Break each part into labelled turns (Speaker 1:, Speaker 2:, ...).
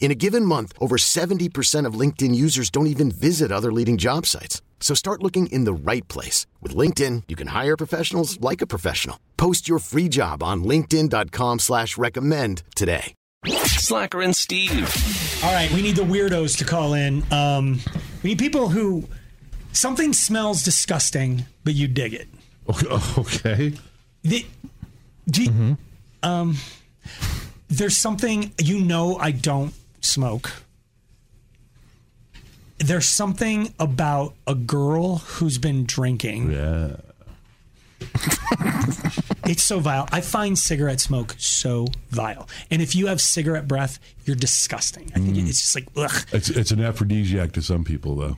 Speaker 1: In a given month, over 70% of LinkedIn users don't even visit other leading job sites. So start looking in the right place. With LinkedIn, you can hire professionals like a professional. Post your free job on linkedin.com slash recommend today.
Speaker 2: Slacker and Steve.
Speaker 3: All right, we need the weirdos to call in. Um, we need people who something smells disgusting, but you dig it.
Speaker 4: Okay.
Speaker 3: The, do you- um, there's something you know I don't smoke. There's something about a girl who's been drinking.
Speaker 4: Yeah.
Speaker 3: It's so vile. I find cigarette smoke so vile. And if you have cigarette breath, you're disgusting. I think it's just like ugh.
Speaker 4: Hmm. It's it's an aphrodisiac to some people though.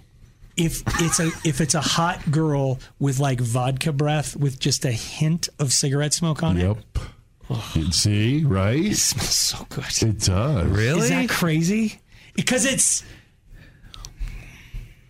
Speaker 3: if it's a if it's a hot girl with like vodka breath with just a hint of cigarette smoke on it,
Speaker 4: Yep. You See, right?
Speaker 3: it smells so good.
Speaker 4: It does.
Speaker 3: Is that crazy? Because it's.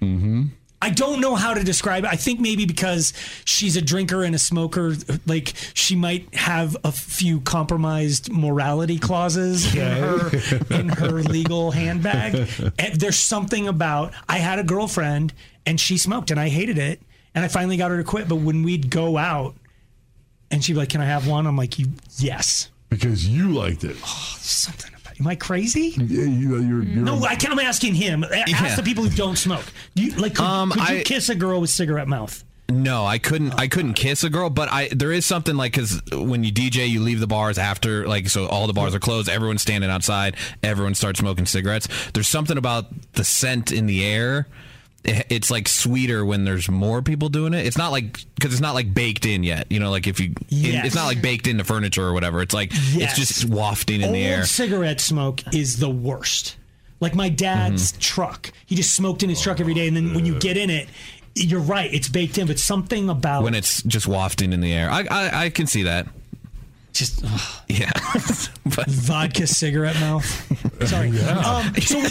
Speaker 3: Mm-hmm. I don't know how to describe it. I think maybe because she's a drinker and a smoker, like she might have a few compromised morality clauses in her in her legal handbag. And there's something about I had a girlfriend and she smoked and I hated it and I finally got her to quit. But when we'd go out and she'd be like, "Can I have one?" I'm like, "You yes." Oh,
Speaker 4: Because you liked it.
Speaker 3: Something about am I crazy?
Speaker 4: Yeah, you, you're, you're
Speaker 3: No, I can't, I'm asking him. Ask
Speaker 5: Yeah.
Speaker 3: the people who don't smoke. Do you, like, could,
Speaker 5: Um,
Speaker 3: could you
Speaker 5: I-
Speaker 3: kiss a girl with cigarette mouth?
Speaker 5: No, I couldn't. I couldn't kiss a girl, but I there is something like because when you DJ, you leave the bars after like so all the bars are closed. Everyone's standing outside. Everyone starts smoking cigarettes. There's something about the scent in the air. I- It's like sweeter when there's more people doing it. It's not like because it's not like baked in yet. You know, like if you,
Speaker 3: Yes.
Speaker 5: it's not like baked into furniture or whatever. It's like it's
Speaker 3: Yes.
Speaker 5: just wafting in
Speaker 3: Old
Speaker 5: the air.
Speaker 3: cigarette smoke is the worst. Like my dad's
Speaker 5: Mm-hmm.
Speaker 3: truck. He just smoked in his truck every day, and then when you get in it, you're right. It's baked in, but something about
Speaker 5: When it's just wafting in the air, I I, I can see that.
Speaker 3: just ugh,
Speaker 5: Yeah, but
Speaker 3: vodka cigarette mouth. Sorry. Um, so, we,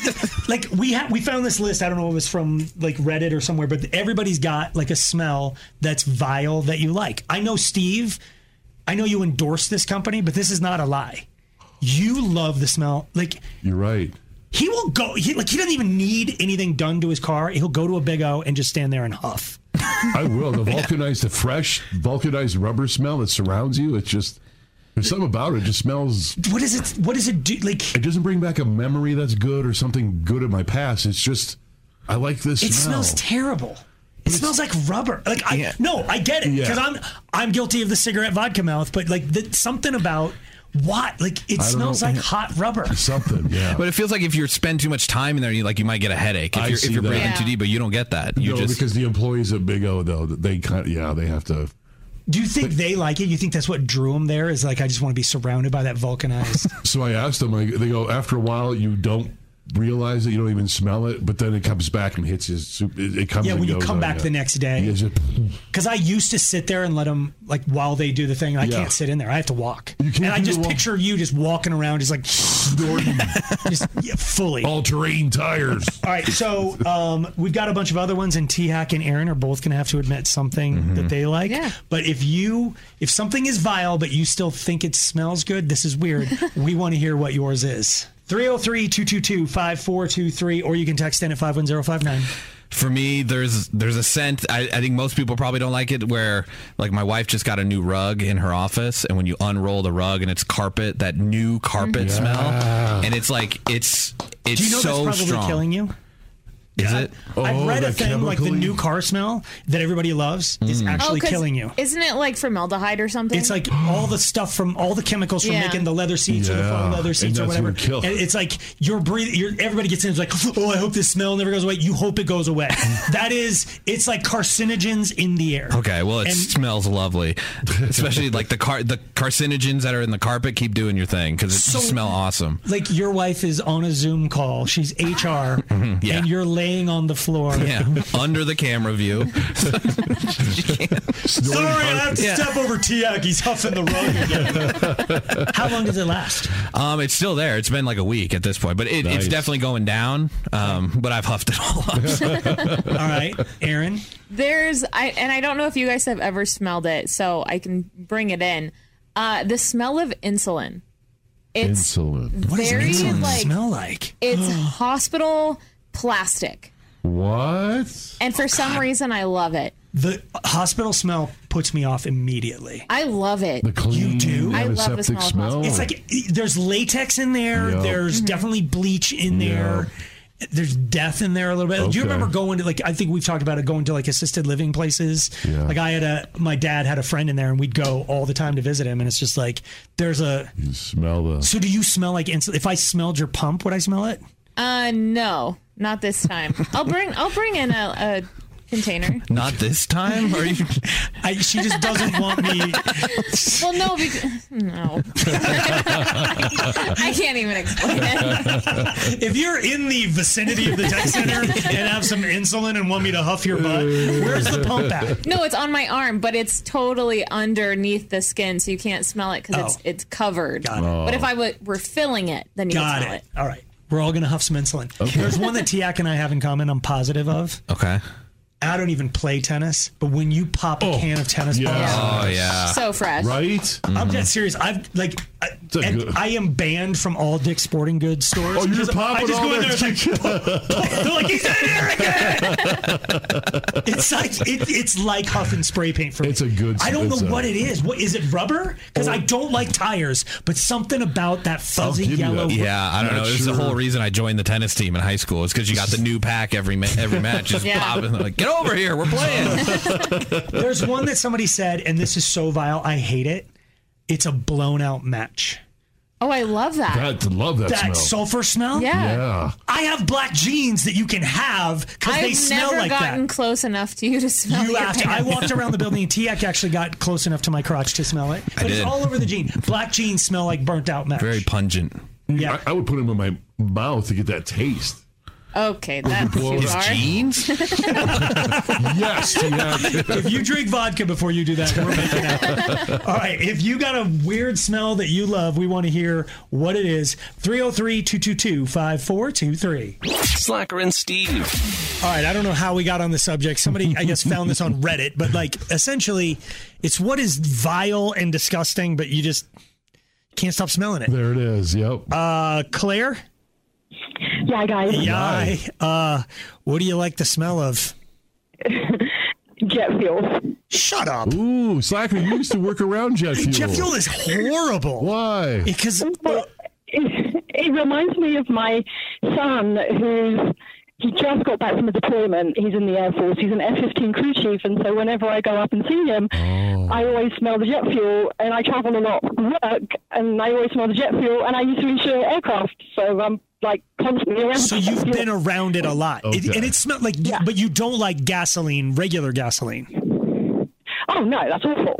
Speaker 3: like, we ha- we found this list. I don't know if it was from like Reddit or somewhere, but everybody's got like a smell that's vile that you like. I know Steve. I know you endorse this company, but this is not a lie. You love the smell. Like
Speaker 4: you're right.
Speaker 3: he will go. He, like he doesn't even need anything done to his car. He'll go to a Big O and just stand there and huff.
Speaker 4: I will. The vulcanized, the fresh vulcanized rubber smell that surrounds you. It's just there's something about it. It just smells.
Speaker 3: What is it? What does it do? Like
Speaker 4: It doesn't bring back a memory that's good or something good in my past. It's just I like this.
Speaker 3: It
Speaker 4: smell.
Speaker 3: smells terrible. It smells like rubber. Like I
Speaker 5: Yeah.
Speaker 3: no, I get it
Speaker 4: Yeah.
Speaker 3: because I'm I'm guilty of the cigarette vodka mouth, but like the, something about what like it
Speaker 4: don't
Speaker 3: smells
Speaker 4: know.
Speaker 3: like hot rubber.
Speaker 4: something. Yeah.
Speaker 5: But it feels like if you spend too much time in there, you like you might get a headache if
Speaker 4: I
Speaker 5: you're,
Speaker 4: see
Speaker 5: if you're
Speaker 4: that.
Speaker 5: breathing
Speaker 4: Yeah.
Speaker 5: too deep, but you don't get that. You
Speaker 4: no,
Speaker 5: just
Speaker 4: because the employees at Big O though they kind of, yeah they have to
Speaker 3: Do you think they like it? You think that's what drew them there? Is like I just want to be surrounded by that vulcanized.
Speaker 4: So I asked them. Like, they go after a while, you don't realize it, you don't even smell it, but then it comes back and hits you. sup- It, it comes.
Speaker 3: yeah,
Speaker 4: and
Speaker 3: when you
Speaker 4: goes
Speaker 3: come
Speaker 4: on
Speaker 3: back
Speaker 4: ya.
Speaker 3: the next
Speaker 4: Yeah,
Speaker 3: day,
Speaker 4: it's just-
Speaker 3: because I used to sit there and let them like while they do the thing. I
Speaker 4: Yeah.
Speaker 3: can't sit in there. I have to walk,
Speaker 4: can't
Speaker 3: and I
Speaker 4: do the
Speaker 3: just
Speaker 4: walk.
Speaker 3: picture you just walking around, just like just yeah, fully.
Speaker 4: all terrain tires.
Speaker 3: All right, so um, we've got a bunch of other ones, and T Hack and Aaron are both going to have to admit something that they like.
Speaker 6: Yeah.
Speaker 3: But if you if something is vile, but you still think it smells good, this is weird. we want to hear what yours is. 303-222-5423, or you can text in at 51059.
Speaker 5: for me, there's there's a scent. I, I think most people probably don't like it. Where like my wife just got a new rug in her office, and when you unroll the rug and it's carpet, that
Speaker 4: Mm-hmm.
Speaker 5: new carpet smell, and it's like it's it's
Speaker 3: Do you know
Speaker 5: so
Speaker 3: that's probably
Speaker 5: strong.
Speaker 3: killing you?
Speaker 5: Is it?
Speaker 3: I've
Speaker 4: Oh,
Speaker 3: read a
Speaker 4: that
Speaker 3: thing like the
Speaker 4: chemically-
Speaker 3: new car smell that everybody loves is
Speaker 6: Mm.
Speaker 3: actually
Speaker 6: Oh, 'cause
Speaker 3: killing you.
Speaker 6: Isn't it like formaldehyde or something?
Speaker 3: It's like all the stuff from all the chemicals from
Speaker 6: Yeah.
Speaker 3: making the leather seats or the foam
Speaker 4: Yeah,
Speaker 3: leather
Speaker 4: and
Speaker 3: seats or
Speaker 4: that's
Speaker 3: whatever.
Speaker 4: what kills.
Speaker 3: And it's like you're breathing. You're, everybody gets in. It's like, oh, I hope this smell never goes away. You hope it goes away. that is, it's like carcinogens in the air.
Speaker 5: Okay, well, it
Speaker 3: And-
Speaker 5: smells lovely, especially like the car, the carcinogens that are in the carpet. Keep doing your thing because it
Speaker 3: So-
Speaker 5: smell awesome.
Speaker 3: Like your wife is on a Zoom call. She's HR,
Speaker 5: yeah.
Speaker 3: and you're laying on the floor.
Speaker 5: Yeah, under the camera view.
Speaker 3: Sorry, I have to
Speaker 5: Yeah.
Speaker 3: step over Tiag. He's huffing the rug again. How long does it last?
Speaker 5: Um, it's still there. It's been like a week at this point, but it,
Speaker 4: Nice.
Speaker 5: it's definitely going down. Um, but I've huffed it all up.
Speaker 3: All right, Aaron.
Speaker 6: There's I and I don't know if you guys have ever smelled it, so I can bring it in. Uh, the smell of insulin. It's
Speaker 4: Insulin.
Speaker 3: What does
Speaker 6: very
Speaker 3: insulin
Speaker 6: like
Speaker 3: smell like?
Speaker 6: it's hospital plastic,
Speaker 4: What?
Speaker 6: and for some reason I love it.
Speaker 3: The hospital smell puts me off immediately.
Speaker 6: I love it.
Speaker 4: The clean
Speaker 3: do?
Speaker 6: I love the
Speaker 4: antiseptic
Speaker 6: smell of
Speaker 4: smell.
Speaker 3: It's like eh, there's latex in there.
Speaker 4: Yep.
Speaker 3: There's
Speaker 6: Mm-hmm.
Speaker 3: definitely bleach in there. There's death in there a little bit. Do you
Speaker 4: Okay.
Speaker 3: remember going to like I think we've talked about it going to like assisted living places.
Speaker 4: Yeah.
Speaker 3: Like I had a my dad had a friend in there and we'd go all the time to visit him and it's just like there's a
Speaker 4: you smell the.
Speaker 3: so do you smell like insulin? If I smelled your pump, would I smell it?
Speaker 6: Uh, no, not this time. I'll bring I'll bring in a, a container.
Speaker 5: Not this time. Are you?
Speaker 3: I, she just doesn't want me.
Speaker 6: Well, no, because no. I can't even explain it.
Speaker 3: If you're in the vicinity of the tech center and have some insulin and want me to huff your butt, where's the pump at?
Speaker 6: No, it's on my arm, but it's totally underneath the skin, so you can't smell it because it's
Speaker 3: Oh.
Speaker 6: it's covered.
Speaker 3: Got it.
Speaker 6: But if I w- were filling it, then you
Speaker 3: Got
Speaker 6: could smell
Speaker 3: it.
Speaker 6: it.
Speaker 3: All right. We're all going to huff some insulin. There's one that Tiak and I have in common, I'm positive of.
Speaker 5: Okay.
Speaker 3: I don't even play tennis, but when you pop a can of tennis
Speaker 4: Oh, yeah.
Speaker 3: balls,
Speaker 5: Oh yeah. Mm-hmm.
Speaker 6: So fresh.
Speaker 4: Right?
Speaker 3: I'm dead serious. I've like, I,
Speaker 4: a
Speaker 3: and
Speaker 4: good-
Speaker 3: I am banned from all Dick's Sporting Goods stores.
Speaker 4: Oh, you're
Speaker 3: because
Speaker 4: popping
Speaker 3: I just
Speaker 4: all
Speaker 3: go in there.
Speaker 4: that-
Speaker 3: It's like, they're like, he's in here again. it's like it, it's like huff and spray paint for me.
Speaker 4: It's a good-
Speaker 3: I don't know
Speaker 4: it's a-
Speaker 3: what it is. What is it? Rubber? Because I don't like tires, but something about that fuzzy
Speaker 4: give you
Speaker 3: yellow.
Speaker 4: that.
Speaker 5: Yeah, I don't
Speaker 4: Not
Speaker 5: know. It's the
Speaker 4: sure.
Speaker 5: whole reason I joined the tennis team in high school. It's because you got the new pack every ma- every match. Just
Speaker 6: Yeah.
Speaker 5: popping. Like, get over here. We're playing.
Speaker 3: There's one that somebody said, and this is so vile. I hate it. It's a blown out match.
Speaker 6: Oh, I love that.
Speaker 4: God, to love that,
Speaker 3: That
Speaker 4: smell.
Speaker 3: sulfur smell.
Speaker 6: yeah.
Speaker 4: yeah.
Speaker 3: I have black jeans that you can have because they
Speaker 6: I've
Speaker 3: smell
Speaker 6: never
Speaker 3: like
Speaker 6: gotten
Speaker 3: that.
Speaker 6: close enough to you to smell
Speaker 3: You
Speaker 6: your
Speaker 3: asked. I
Speaker 6: pants.
Speaker 3: walked around the building, and Tiak actually got close enough to my crotch to smell it. But
Speaker 5: did.
Speaker 3: it's all over the jean. Black jeans smell like burnt out match.
Speaker 5: Very pungent.
Speaker 3: yeah.
Speaker 4: I, I would put them in my mouth to get that taste.
Speaker 6: Okay, that's too
Speaker 5: His
Speaker 6: far.
Speaker 5: jeans.
Speaker 4: Yes, yeah.
Speaker 3: if you drink vodka before you do that, we're making out. All right. If you got a weird smell that you love, we want to hear what it is. 303 222 5423.
Speaker 2: Slacker and Steve.
Speaker 3: All right, I don't know how we got on the subject. Somebody, I guess, found this on Reddit, but like essentially, it's what is vile and disgusting, but you just can't stop smelling it.
Speaker 4: there it is. Yep.
Speaker 3: Uh, Claire,
Speaker 7: Yeah, guys.
Speaker 3: yeah, uh, what do you like the smell of?
Speaker 7: Jet fuel.
Speaker 3: Shut up.
Speaker 4: Ooh, Slacker, you used to work around jet fuel.
Speaker 3: Jet fuel is horrible
Speaker 4: Why?
Speaker 3: because
Speaker 7: But it, it reminds me of my son who's. He just got back from a deployment. He's in the Air Force. He's an F 15 crew chief. And so whenever I go up and see him,
Speaker 4: Oh.
Speaker 7: I always smell the jet fuel. And I travel a lot for work, and I always smell the jet fuel. And I used to insure aircraft. So I'm like constantly around.
Speaker 3: so you've been around it a lot, it,
Speaker 4: Okay.
Speaker 3: and it smelled like,
Speaker 7: Yeah.
Speaker 3: but you don't like gasoline, regular gasoline.
Speaker 7: Oh, no, that's awful.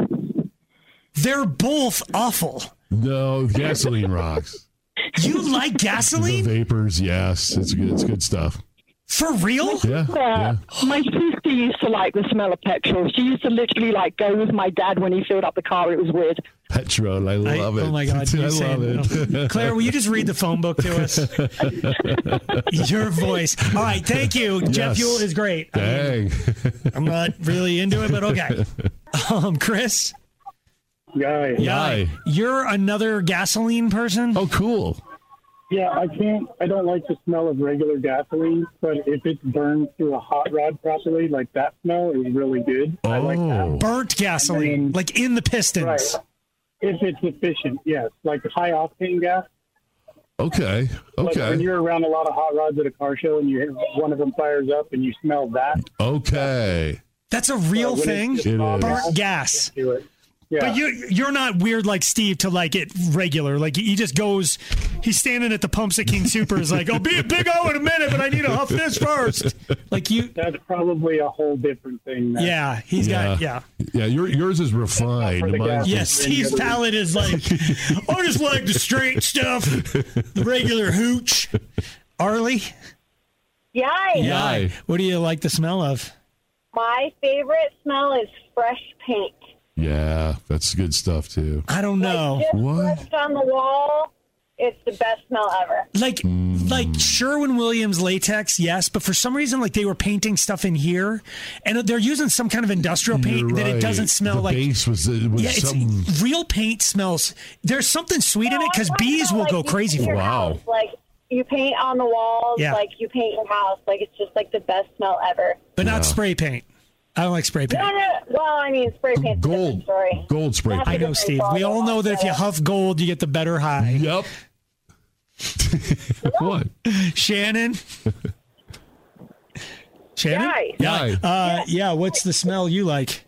Speaker 3: They're both awful.
Speaker 4: No, gasoline rocks.
Speaker 3: You like
Speaker 4: The
Speaker 3: gasoline
Speaker 4: vapors, yes. It's good. It's good stuff.
Speaker 3: for real?
Speaker 4: Yeah.
Speaker 7: Uh,
Speaker 4: Yeah.
Speaker 7: my sister used to like the smell of petrol. She used to literally like go with my dad when he filled up the car. It was weird.
Speaker 4: Petrol. I
Speaker 3: I-
Speaker 4: love it.
Speaker 3: Oh my god,
Speaker 4: I
Speaker 3: you
Speaker 4: love it.
Speaker 3: Claire, will you just read the phone book to us? Your voice. All right, thank you. Jeff
Speaker 4: Yes.
Speaker 3: Fuel is great. I mean,
Speaker 4: Dang.
Speaker 3: I'm not really into it, but okay. Um, Chris,
Speaker 8: guy.
Speaker 3: yeah,
Speaker 4: Hi.
Speaker 3: you're another gasoline person.
Speaker 4: Oh, cool.
Speaker 8: Yeah, I can't. I don't like the smell of regular gasoline, but if it's burned through a hot rod properly, like that smell is really good. I like that.
Speaker 4: Oh,
Speaker 3: Burnt gasoline,
Speaker 8: mean-
Speaker 3: like in the pistons.
Speaker 8: Right. If it's efficient, yes, like high octane gas.
Speaker 4: Okay.
Speaker 8: Like when
Speaker 4: Okay.
Speaker 8: you're around a lot of hot rods at a car show and you hear one of them fires up and you smell that
Speaker 4: Okay.
Speaker 3: That's a real
Speaker 8: when it's
Speaker 3: thing.
Speaker 8: just
Speaker 4: It
Speaker 8: not
Speaker 4: is.
Speaker 3: Burnt gas.
Speaker 8: do it. Yeah.
Speaker 3: But you you're not weird like Steve to like it regular. Like he just goes, he's standing at the pumps at King Super. Is like, I'll be a big O in a minute, but I need to huff this first. Like you,
Speaker 8: that's probably a whole different thing. now.
Speaker 3: yeah, he's got yeah.
Speaker 4: Yeah, your, yours is refined.
Speaker 8: the
Speaker 4: Mine's
Speaker 8: gas.
Speaker 4: just-
Speaker 3: Yeah, Steve's palate is like, I just like the straight stuff, the regular hooch. Arlie,
Speaker 9: Yay!
Speaker 4: Aye.
Speaker 3: what do you like the smell of?
Speaker 9: My favorite smell is fresh paint.
Speaker 4: Yeah, that's good stuff too.
Speaker 3: I don't know.
Speaker 9: Just
Speaker 4: What?
Speaker 9: brushed on the wall. It's the best smell ever.
Speaker 3: like like Sherwin Williams latex, yes, but for some reason, like they were painting stuff in here, and they're using some kind of industrial paint
Speaker 4: You're
Speaker 3: that it
Speaker 4: right.
Speaker 3: doesn't smell
Speaker 4: the
Speaker 3: like.
Speaker 4: base was, it was
Speaker 3: Yeah, it's
Speaker 4: some
Speaker 3: real paint smells. There's something sweet in
Speaker 9: No,
Speaker 3: it because
Speaker 9: I'm talking
Speaker 3: bees
Speaker 9: about,
Speaker 3: will
Speaker 9: like,
Speaker 3: go
Speaker 9: you
Speaker 3: crazy
Speaker 9: paint
Speaker 3: for
Speaker 9: your
Speaker 3: it.
Speaker 4: Wow.
Speaker 9: house, Like you paint on the walls,
Speaker 3: Yeah.
Speaker 9: like you paint your house. Like it's just like the best smell ever.
Speaker 3: but not spray paint. I don't like spray paint.
Speaker 9: No, no, well, I mean, spray paint's a
Speaker 4: gold
Speaker 9: different story.
Speaker 4: gold spray
Speaker 9: That's
Speaker 3: I
Speaker 4: paint.
Speaker 3: know, Steve. We all know that if you huff gold, you get the better high.
Speaker 4: Yep. what?
Speaker 3: Shannon. Shannon.
Speaker 9: Guys,
Speaker 4: Yeah.
Speaker 3: Uh, yeah. What's the smell you like?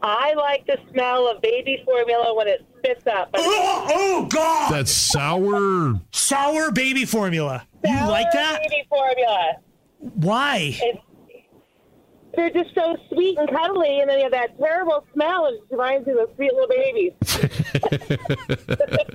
Speaker 9: I like the smell of baby formula when it spits up.
Speaker 3: Oh, oh God!
Speaker 4: That sour.
Speaker 3: Sour baby formula. You
Speaker 9: Sour
Speaker 3: like that?
Speaker 9: Baby formula.
Speaker 3: Why?
Speaker 9: It's, they're just so sweet and cuddly, and then you have that terrible smell, and it just reminds you of sweet little babies.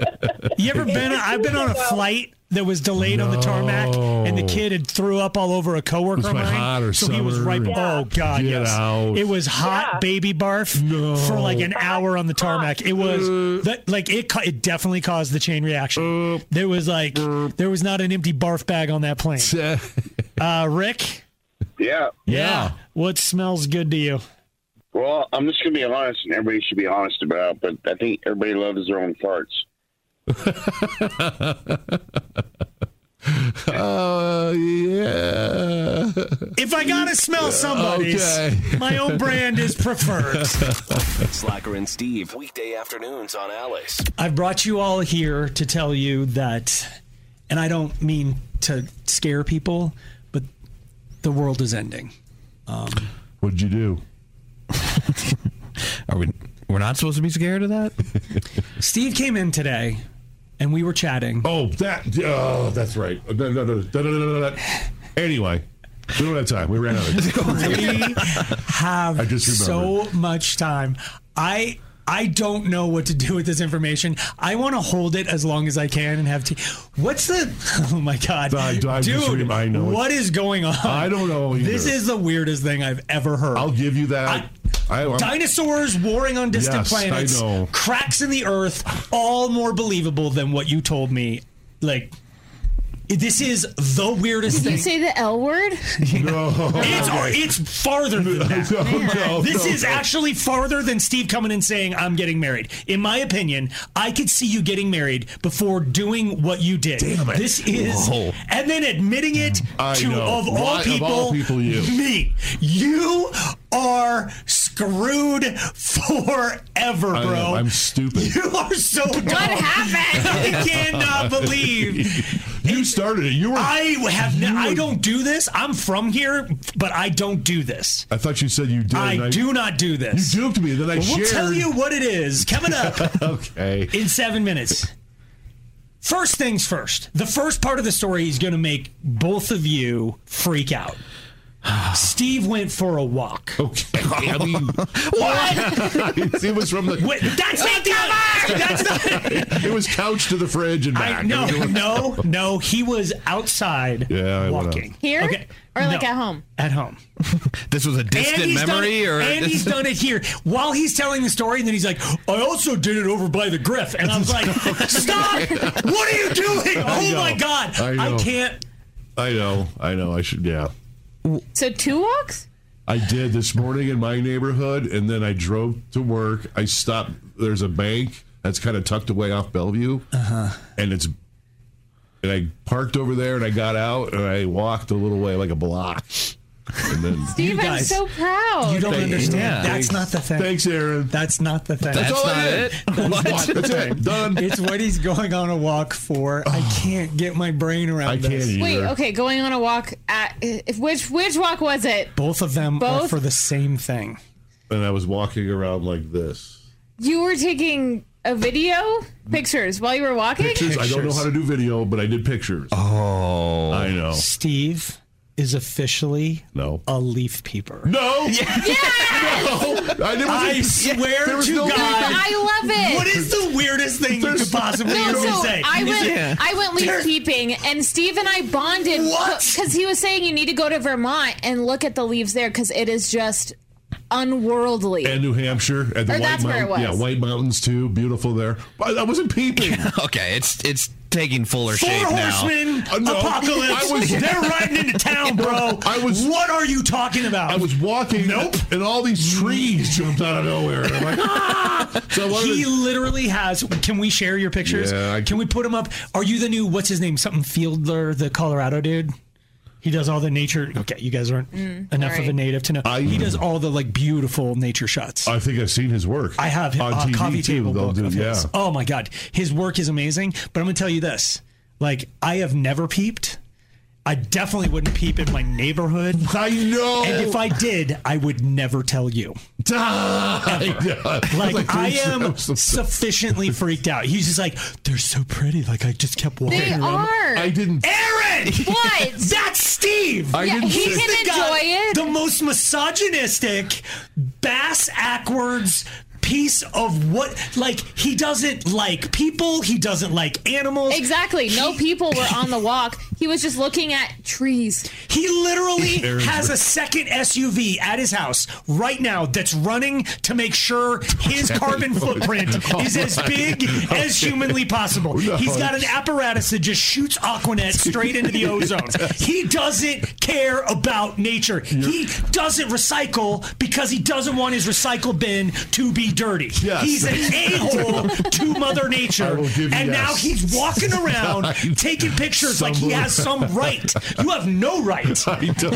Speaker 3: You ever been? I've been on a flight that was delayed on the tarmac, and the
Speaker 4: No.
Speaker 3: kid had threw up all over a coworker
Speaker 4: Was
Speaker 3: of
Speaker 4: my
Speaker 3: mine.
Speaker 4: hot or
Speaker 3: so he was
Speaker 4: summer?
Speaker 3: right.
Speaker 4: Yeah.
Speaker 3: Oh God!
Speaker 4: Get
Speaker 3: yes,
Speaker 4: out.
Speaker 3: it was hot
Speaker 9: Yeah.
Speaker 3: baby barf
Speaker 4: No. Uh.
Speaker 3: for like an hour on the tarmac. It was that like it. ca- It definitely caused the chain reaction. There was like there was not an empty barf bag on that plane.
Speaker 4: yeah.
Speaker 3: Uh, Rick.
Speaker 10: Yeah.
Speaker 3: What smells good to you?
Speaker 10: Well, I'm just gonna be honest, and everybody should be honest about. But I think everybody loves their own farts.
Speaker 4: Uh, yeah.
Speaker 3: If I gotta smell somebody's,
Speaker 4: okay.
Speaker 3: my own brand is preferred.
Speaker 2: Slacker and Steve, weekday afternoons on Alice.
Speaker 3: I've brought you all here to tell you that, and I don't mean to scare people, but the world is ending. Um,
Speaker 4: What'd you do?
Speaker 5: Are we? We're not supposed to be scared of that.
Speaker 3: Steve came in today and we were chatting.
Speaker 4: Oh, that. Oh, that's right. No, no, no, no, no, no, no, no. Anyway, we don't have time. We ran out of time.
Speaker 3: We
Speaker 4: I
Speaker 3: have
Speaker 4: just
Speaker 3: so much time. I. I don't know what to do with this information. I want to hold it as long as I can and have tea. What's the? Oh my god,
Speaker 4: I- I just
Speaker 3: dude!
Speaker 4: rem- I know it.
Speaker 3: what is going on?
Speaker 4: I don't know either.
Speaker 3: This is the weirdest thing I've ever heard.
Speaker 4: I'll give you that. I, I'm-
Speaker 3: Dinosaurs warring on
Speaker 4: Yes,
Speaker 3: distant
Speaker 4: I
Speaker 3: planets,
Speaker 4: know.
Speaker 3: cracks in the earth, all more believable than what you told me. Like, this is the weirdest
Speaker 6: You
Speaker 3: thing.
Speaker 6: say the L word?
Speaker 4: no.
Speaker 3: it's, or it's farther than that.
Speaker 4: No, no,
Speaker 3: This
Speaker 4: no,
Speaker 3: is
Speaker 4: no.
Speaker 3: actually farther than Steve coming and saying, I'm getting married. In my opinion, I could see you getting married before doing what you did. Damn
Speaker 4: it.
Speaker 3: This is,
Speaker 5: Whoa.
Speaker 3: and then admitting it
Speaker 4: I
Speaker 3: to,
Speaker 4: know.
Speaker 3: of all,
Speaker 4: Why- of
Speaker 3: people,
Speaker 4: all people, you.
Speaker 3: me. You are screwed forever,
Speaker 4: I
Speaker 3: bro.
Speaker 4: know, I'm stupid.
Speaker 3: You are so dumb.
Speaker 6: What happened?
Speaker 3: I cannot believe.
Speaker 4: You started it. You were. I,
Speaker 3: I have. Ne- I don't do this. I'm from here, but I don't do this.
Speaker 4: thought you said you did. and
Speaker 3: I do not do
Speaker 4: You
Speaker 3: this.
Speaker 4: duped me. Then I
Speaker 3: We'll
Speaker 4: shared.
Speaker 3: tell you what it is coming up
Speaker 4: Okay.
Speaker 3: in seven minutes. First things first. The first part of the story is going to make both of you freak out. Steve went for a walk.
Speaker 4: Okay. I mean,
Speaker 3: What?
Speaker 4: it was from the.
Speaker 3: Wait, that's not the. That's not.
Speaker 4: It was couch to the fridge and back.
Speaker 3: I, no,
Speaker 4: It was-
Speaker 3: no, no. He was outside
Speaker 4: Yeah, I went out.
Speaker 3: walking.
Speaker 6: Here? Or like
Speaker 3: No.
Speaker 6: at home?
Speaker 3: At home.
Speaker 5: This was a
Speaker 3: And
Speaker 5: distant
Speaker 3: he's
Speaker 5: memory,
Speaker 3: done,
Speaker 5: or
Speaker 3: and
Speaker 5: this-
Speaker 3: he's done it here while he's telling the story, and then he's like, "I also did it over by the Griff," and I was like, "Stop! What are you doing? Oh
Speaker 4: know.
Speaker 3: my god!
Speaker 4: I
Speaker 3: I,
Speaker 4: know.
Speaker 3: can't."
Speaker 4: I know. I know. I should. Yeah.
Speaker 6: So two walks?
Speaker 4: I did this morning in my neighborhood, and then I drove to work. I stopped. There's a bank that's kind of tucked away off Bellevue, and it's and I parked over there, and I got out, and I walked a little way, like a block, And then
Speaker 6: Steve, I'm so proud.
Speaker 3: You don't
Speaker 4: Thank-
Speaker 3: understand.
Speaker 4: yeah.
Speaker 3: That's not the thing.
Speaker 4: Thanks, Aaron.
Speaker 3: That's not the thing.
Speaker 4: That's That's all I not did. it. What?
Speaker 3: That's,
Speaker 4: That's it. Done.
Speaker 3: It's what he's going on a walk for. I can't get my brain around I this.
Speaker 4: can't
Speaker 6: Wait, okay, going on a walk at if which which walk was it?
Speaker 3: Both of them are
Speaker 6: Both?
Speaker 3: for the same thing.
Speaker 4: and I was walking around like this.
Speaker 6: You were taking a video pictures while you were walking?
Speaker 4: Pictures. I don't know how to do video, but I did pictures. Oh, I know.
Speaker 3: Steve is officially
Speaker 4: no
Speaker 3: a leaf peeper.
Speaker 4: No. No. I, never
Speaker 3: I
Speaker 4: did-
Speaker 3: swear
Speaker 4: There was
Speaker 3: to
Speaker 4: no
Speaker 3: God,
Speaker 6: I love it.
Speaker 3: What is the weirdest thing you could possibly
Speaker 6: No, so
Speaker 3: say?
Speaker 6: I
Speaker 3: Is
Speaker 6: went.
Speaker 3: it-
Speaker 6: I went leaf peeping, and Steve and I bonded
Speaker 3: What?
Speaker 6: because he was saying you need to go to Vermont and look at the leaves there because it is just unworldly.
Speaker 4: And New Hampshire at the
Speaker 6: Or
Speaker 4: White
Speaker 6: that's where it
Speaker 4: Mount-
Speaker 6: was.
Speaker 4: Yeah, White Mountains too. Beautiful there. But I wasn't peeping.
Speaker 5: okay, it's it's taking fuller
Speaker 3: Four
Speaker 5: shape
Speaker 3: horsemen,
Speaker 4: Uh, no. I
Speaker 3: apocalypse.
Speaker 4: was-
Speaker 3: They're riding into town, bro.
Speaker 4: I was-
Speaker 3: What are you talking about?
Speaker 4: I was walking. Nope. And all these trees jumped out of nowhere. And I'm like, ah! So I wanted
Speaker 3: He
Speaker 4: to-
Speaker 3: literally has. Can we share your pictures?
Speaker 4: Yeah, I-
Speaker 3: can we put him up? Are you the new what's his name? Something Fielder, the Colorado dude. He does all the nature. Okay, you guys aren't enough of
Speaker 6: alright.
Speaker 3: a native to know.
Speaker 4: I-
Speaker 3: he does all the like beautiful nature shots.
Speaker 4: I think I've seen his work.
Speaker 3: I have him,
Speaker 4: on
Speaker 3: a
Speaker 4: TV
Speaker 3: coffee
Speaker 4: too,
Speaker 3: table
Speaker 4: they'll
Speaker 3: book
Speaker 4: do-
Speaker 3: of his.
Speaker 4: yeah.
Speaker 3: Oh my god, his work is amazing. But I'm gonna tell you this: like, I have never peeped. I definitely wouldn't peep in my neighborhood.
Speaker 4: I know.
Speaker 3: And if I did, I would never tell you.
Speaker 4: I know.
Speaker 3: Like,
Speaker 4: Like,
Speaker 3: I
Speaker 4: dude,
Speaker 3: am
Speaker 4: I'm so-
Speaker 3: sufficiently freaked out. He's just like, they're so pretty. Like I just kept walking
Speaker 6: they
Speaker 3: around.
Speaker 6: are.
Speaker 4: I didn't.
Speaker 3: Aaron,
Speaker 6: what?
Speaker 3: that's Steve.
Speaker 4: I
Speaker 6: Yeah,
Speaker 4: didn't.
Speaker 6: he
Speaker 4: say-
Speaker 6: can
Speaker 3: The guy-
Speaker 6: enjoy it.
Speaker 3: The most misogynistic, bass ackwards piece of what? Like he doesn't like people. He doesn't like animals.
Speaker 6: Exactly. No people were on the walk. He was just looking at trees.
Speaker 3: He literally
Speaker 4: Aaron's
Speaker 3: has
Speaker 4: right.
Speaker 3: a second SUV at his house right now that's running to make sure his carbon footprint is as big as humanly possible. He's got an apparatus that just shoots Aquanet straight into the ozone. He doesn't care about nature. He doesn't recycle because he doesn't want his recycle bin to be dirty.
Speaker 4: Yes.
Speaker 3: He's an a-hole to Mother Nature.
Speaker 4: I will give you
Speaker 3: And now
Speaker 4: yes.
Speaker 3: he's walking around taking pictures like he
Speaker 4: Stumble.
Speaker 3: has some right. You have no right.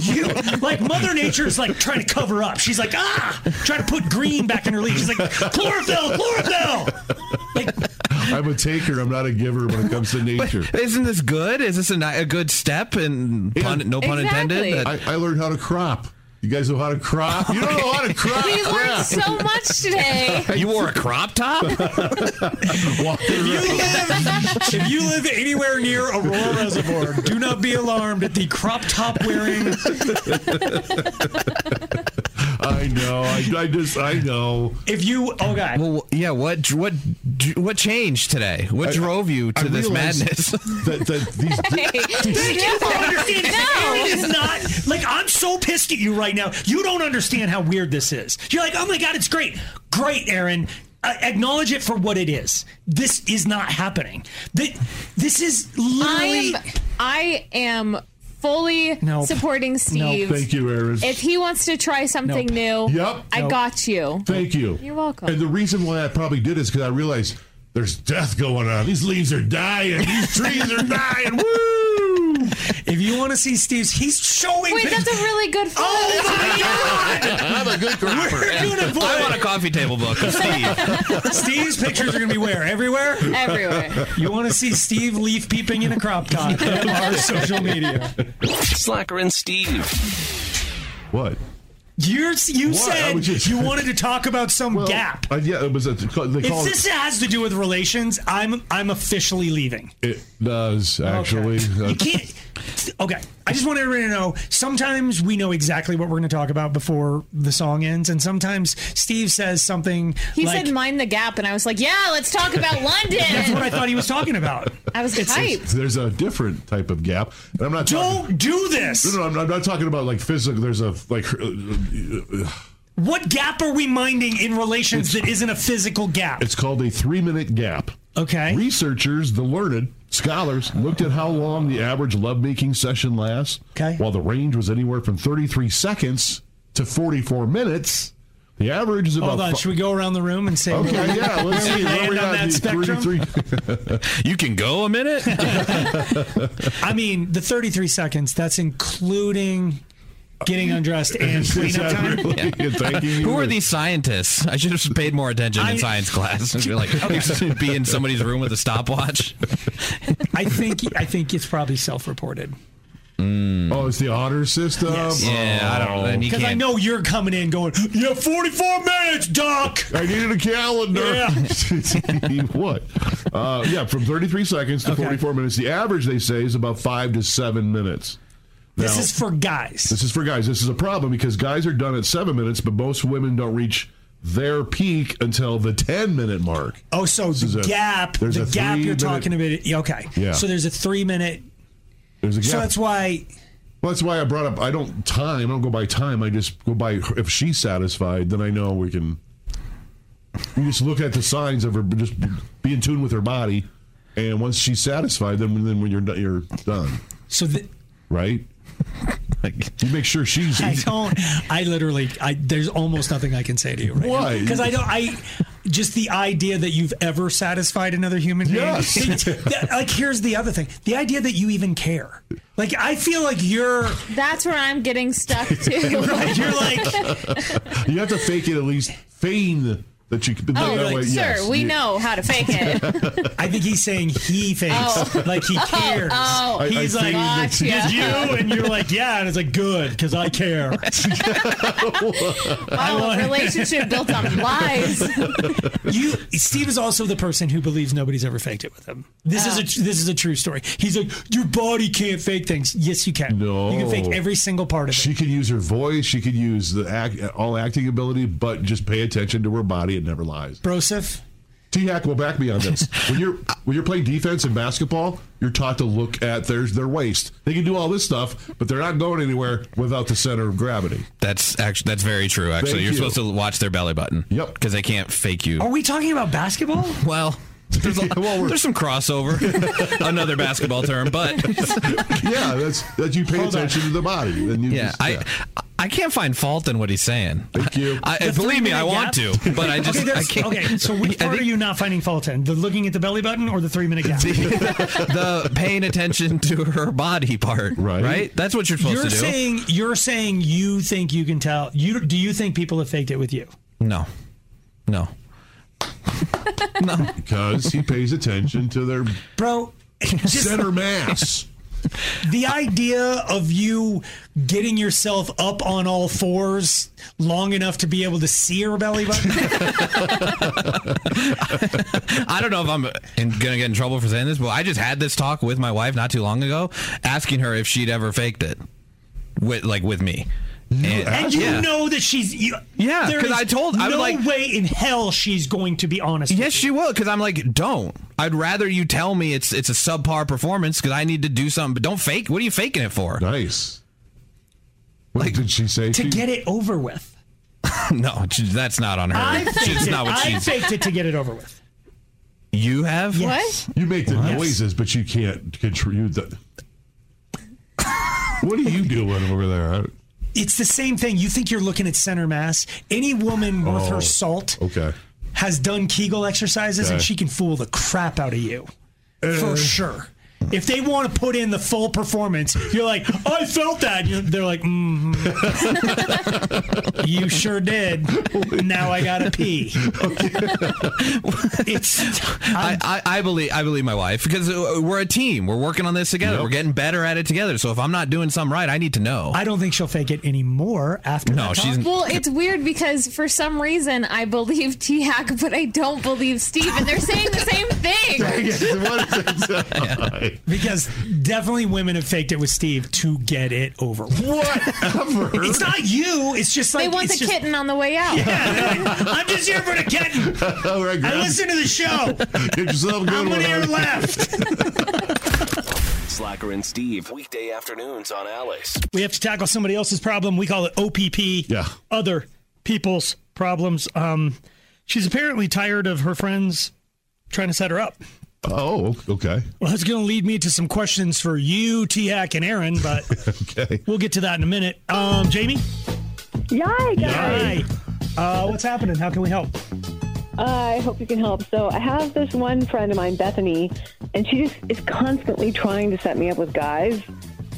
Speaker 3: You like Mother Nature is like trying to cover up. She's like ah, trying to put green back in her leaves. She's like chlorophyll, chlorophyll. Like
Speaker 4: I'm a taker. I'm not a giver when it comes to nature.
Speaker 5: now. Isn't this good? Is this a, ni- a good step? And pun, no pun
Speaker 6: Exactly.
Speaker 5: intended.
Speaker 4: I, I learned how to crop. You guys know how to crop? You don't know how to crop.
Speaker 6: We
Speaker 4: Yeah.
Speaker 6: learned so much today.
Speaker 5: you wore a crop top.
Speaker 4: Walking
Speaker 3: if
Speaker 4: around.
Speaker 3: you live, if you live anywhere near Aurora Reservoir, do not be alarmed at the crop top wearing.
Speaker 4: I know. I, I just, I know.
Speaker 3: If you oh god,
Speaker 5: Well, yeah. What what what changed today? What drove you to
Speaker 4: I
Speaker 5: this
Speaker 4: realized
Speaker 5: madness?
Speaker 4: That, that these,
Speaker 6: Thank you for
Speaker 3: understand. Aaron is not like I'm so pissed at you right now. You don't understand how weird this is. You're like, oh my god, it's great, great, Aaron. Uh, acknowledge it for what it is. This is not happening. That this is literally.
Speaker 6: I'm, I am fully
Speaker 3: Nope.
Speaker 6: supporting Steve.
Speaker 4: thank you, Aaron.
Speaker 6: If he wants to try something new,
Speaker 4: Yep.
Speaker 6: I got you.
Speaker 4: Thank you.
Speaker 6: You're welcome.
Speaker 4: And the reason why I probably did is because I realized there's death going on. These leaves are dying. These trees are dying. Woo!
Speaker 3: if you want to see Steve's, he's showing.
Speaker 6: Wait, that's a really good photo.
Speaker 3: Oh my God!
Speaker 5: I'm a good cropper.
Speaker 3: We're gonna put-
Speaker 5: I want a coffee table book of Steve.
Speaker 3: Steve's pictures are gonna be where everywhere.
Speaker 6: Everywhere.
Speaker 3: You want to see Steve leaf peeping in a crop top on our social media?
Speaker 2: Slacker and Steve.
Speaker 4: What?
Speaker 3: You're, you
Speaker 4: What? I
Speaker 3: said
Speaker 4: was just-
Speaker 3: you wanted to talk about some
Speaker 4: Well,
Speaker 3: gap.
Speaker 4: Uh, yeah, it was a. They call
Speaker 3: If
Speaker 4: it-
Speaker 3: this has to do with relations, I'm I'm officially leaving.
Speaker 4: It does actually.
Speaker 3: you
Speaker 4: Uh,
Speaker 3: can't. Okay, I just want everyone to know. Sometimes we know exactly what we're going to talk about before the song ends, and sometimes Steve says something.
Speaker 6: He
Speaker 3: like,
Speaker 6: said, "Mind the gap," and I was like, "Yeah, let's talk about
Speaker 3: "That's what
Speaker 6: London."
Speaker 3: I thought he was talking about."
Speaker 6: I was hyped.
Speaker 4: there's a different type of gap, and I'm not. Talking,
Speaker 3: Don't do
Speaker 4: no,
Speaker 3: this.
Speaker 4: no, I'm, I'm not talking about like physical. There's a like. uh, uh,
Speaker 3: What gap are we minding in relations that isn't a physical gap?
Speaker 4: It's called a three-minute gap.
Speaker 3: Okay.
Speaker 4: Researchers, the learned, scholars, looked at how long the average love making session lasts.
Speaker 3: Okay.
Speaker 4: While the range was anywhere from 33 seconds to 44 minutes, the average is about.
Speaker 3: Hold on.
Speaker 4: fi-
Speaker 3: Should we go around the room and say?
Speaker 4: Okay, yeah, let's see.
Speaker 3: Land
Speaker 4: Where we
Speaker 3: on
Speaker 4: at?
Speaker 3: that
Speaker 4: The
Speaker 3: spectrum?
Speaker 4: 33
Speaker 5: You can go a minute.
Speaker 3: I mean, the 33 seconds. That's including getting undressed and cleanup time.
Speaker 5: Yeah. Who are these scientists? I should have paid more attention
Speaker 3: I-
Speaker 5: in science class. Be like, "Oh, be in somebody's room with a stopwatch.
Speaker 3: I think I think it's probably self-reported.
Speaker 4: Oh, it's the honor system.
Speaker 5: Mm. Yeah, I don't know. Then you
Speaker 3: Because I
Speaker 5: can't-
Speaker 3: know you're coming in going, you have 44 minutes, Doc.
Speaker 4: I needed a calendar. what? Uh, yeah, from 33 seconds to 44 minutes. The average, they say, is about five to seven minutes.
Speaker 3: This
Speaker 4: Now-
Speaker 3: is for guys.
Speaker 4: This is for guys. This is a problem because guys are done at seven minutes, but most women don't reach their peak until the 10 minute mark.
Speaker 3: Oh, so
Speaker 4: This is
Speaker 3: the
Speaker 4: a-
Speaker 3: gap,
Speaker 4: there's
Speaker 3: the
Speaker 4: a
Speaker 3: gap you're
Speaker 4: three-minute-
Speaker 3: talking about. it- yeah, Okay.
Speaker 4: Yeah.
Speaker 3: So there's a three minute.
Speaker 4: There's a gap.
Speaker 3: So that's why.
Speaker 4: Well, that's why I brought up. I don't time. I don't go by time. I just go by her- if she's satisfied, then I know we can. We just look at the signs of her, just be in tune with her body, and once she's satisfied, then then when you're done, you're done,
Speaker 3: So the,
Speaker 4: right? you make sure she's.
Speaker 3: I don't. I literally. I there's almost nothing I can say to you. Right
Speaker 4: Why?
Speaker 3: Because I don't. I just the idea that you've ever satisfied another human being.
Speaker 4: Yes.
Speaker 3: It- that- like here's the other thing. The idea that you even care. Like I feel like you're.
Speaker 6: That's where I'm getting stuck too.
Speaker 3: Right, you're like.
Speaker 4: you have to fake it at least, feign that you. can
Speaker 6: Oh,
Speaker 4: that way,
Speaker 6: sir,
Speaker 4: yes,
Speaker 6: we
Speaker 4: you-
Speaker 6: know how to fake it.
Speaker 3: I think he's saying he fakes.
Speaker 6: Oh.
Speaker 3: Like he
Speaker 6: Oh,
Speaker 3: cares.
Speaker 6: oh. I- I
Speaker 3: he's like,
Speaker 6: think
Speaker 3: it's
Speaker 6: that- Gotcha.
Speaker 3: you, and you're like, yeah, and it's like good because I care. I
Speaker 6: Oh,
Speaker 3: want-
Speaker 6: relationship built on lies.
Speaker 3: you Steve is also the person who believes nobody's ever faked it with him. This is a
Speaker 6: Oh.
Speaker 3: tr- this is a true story. He's like, your body can't fake things. Yes, you can.
Speaker 4: No.
Speaker 3: you can fake every single part of it.
Speaker 4: Oh. She can use her voice. She can use the act, all acting ability, but just pay attention to her body. It never lies.
Speaker 3: Brosif.
Speaker 4: T Hack will back me on this. when you're when you're playing defense in basketball, you're taught to look at their their waist. They can do all this stuff, but they're not going anywhere without the center of gravity.
Speaker 5: That's actually that's very true. Actually,
Speaker 4: Thank
Speaker 5: you're
Speaker 4: you.
Speaker 5: supposed to watch their belly button. Yep, because they can't fake you.
Speaker 3: Are we talking about basketball?
Speaker 5: Well, there's, a, there's some crossover. Another basketball term, but
Speaker 4: yeah, that's that you pay attention to the body. And you
Speaker 5: yeah,
Speaker 4: just-
Speaker 5: I I can't find fault in what he's saying.
Speaker 4: Thank you.
Speaker 5: I, believe me, I want to, but I just
Speaker 3: okay,
Speaker 5: I
Speaker 3: there's-
Speaker 5: can't.
Speaker 3: okay, so
Speaker 5: I
Speaker 3: which part
Speaker 5: think
Speaker 3: are you not finding fault in? The looking at the belly button or the three minute gap?
Speaker 5: the paying attention to her body part, right? Right. That's what you're supposed
Speaker 3: you're
Speaker 5: to do.
Speaker 3: saying you're saying you think you can tell. You do you think people have faked it with you?
Speaker 5: no, no.
Speaker 4: because he pays attention to their
Speaker 3: bro
Speaker 4: center mass.
Speaker 3: the idea of you getting yourself up on all fours long enough to be able to see your belly button
Speaker 5: I don't know if I'm in, gonna get in trouble for saying this, but I just had this talk with my wife not too long ago, asking her if she'd ever faked it, with like with me.
Speaker 3: and you know that she's you,
Speaker 5: Yeah,
Speaker 3: there
Speaker 5: 'cause
Speaker 3: is
Speaker 5: I told- I
Speaker 3: no
Speaker 5: would like-
Speaker 3: way in hell she's going to be honest
Speaker 5: Yes, she will. Because I'm like, don't. Oh. I'd rather you tell me it's it's a subpar performance because I need to do something. But don't fake. What are you faking it for?
Speaker 4: Nice. What did she say?
Speaker 3: to get it over with.
Speaker 5: no, she- that's not on her.
Speaker 3: I faked
Speaker 5: She's
Speaker 3: it.
Speaker 5: not what
Speaker 3: I
Speaker 5: she's.
Speaker 3: faked it to get it over with.
Speaker 5: You have
Speaker 3: Yes.
Speaker 4: You make the
Speaker 5: What?
Speaker 4: noises, but you can't contribute the. What are you doing over there? I-
Speaker 3: It's the same thing. You think you're looking at center mass. Any woman worth
Speaker 4: Oh,
Speaker 3: her salt
Speaker 4: Okay.
Speaker 3: has done Kegel exercises and
Speaker 4: Okay.
Speaker 3: she can fool the crap out of you.
Speaker 4: Uh.
Speaker 3: for sure. If they want to put in the full performance, you're like, I felt that. You they're like, mm you sure did. Now I gotta pee. It's
Speaker 5: I, I, I believe I believe my wife because we're a team. We're working on this together. We're getting better at it together. So if I'm not doing something right, I need to know.
Speaker 3: I don't think she'll fake it anymore after.
Speaker 5: No,
Speaker 3: that
Speaker 5: she's-
Speaker 3: talk.
Speaker 6: Well, it's weird because for some reason I believe T Hack, but I don't believe Steve, and they're saying the same thing.
Speaker 3: because definitely women have faked it with Steve to get it over. with.
Speaker 4: Whatever.
Speaker 3: It's not you. It's just like
Speaker 6: they want the
Speaker 3: it's just-
Speaker 6: kitten on the way out.
Speaker 3: Yeah, they're like, I'm just here for the kitten.
Speaker 4: All right,
Speaker 3: I
Speaker 4: grab-
Speaker 3: listen to the show.
Speaker 4: Get yourself a good
Speaker 3: How
Speaker 4: one.
Speaker 3: many are
Speaker 4: honey.
Speaker 3: left?
Speaker 2: Slacker and Steve, weekday afternoons on Alice.
Speaker 3: We have to tackle somebody else's problem. We call it OPP.
Speaker 4: Yeah.
Speaker 3: Other people's problems. Um, she's apparently tired of her friends trying to set her up.
Speaker 4: Oh, okay.
Speaker 3: Well, that's going to lead me to some questions for you, T Hack, and Aaron, but
Speaker 4: Okay.
Speaker 3: we'll get to that in a minute. Um, Jamie?
Speaker 9: Yay,
Speaker 3: Hi.
Speaker 9: guys.
Speaker 3: Uh, what's happening? How can we help?
Speaker 9: I hope you can help. So I have this one friend of mine, Bethany, and she just is constantly trying to set me up with guys.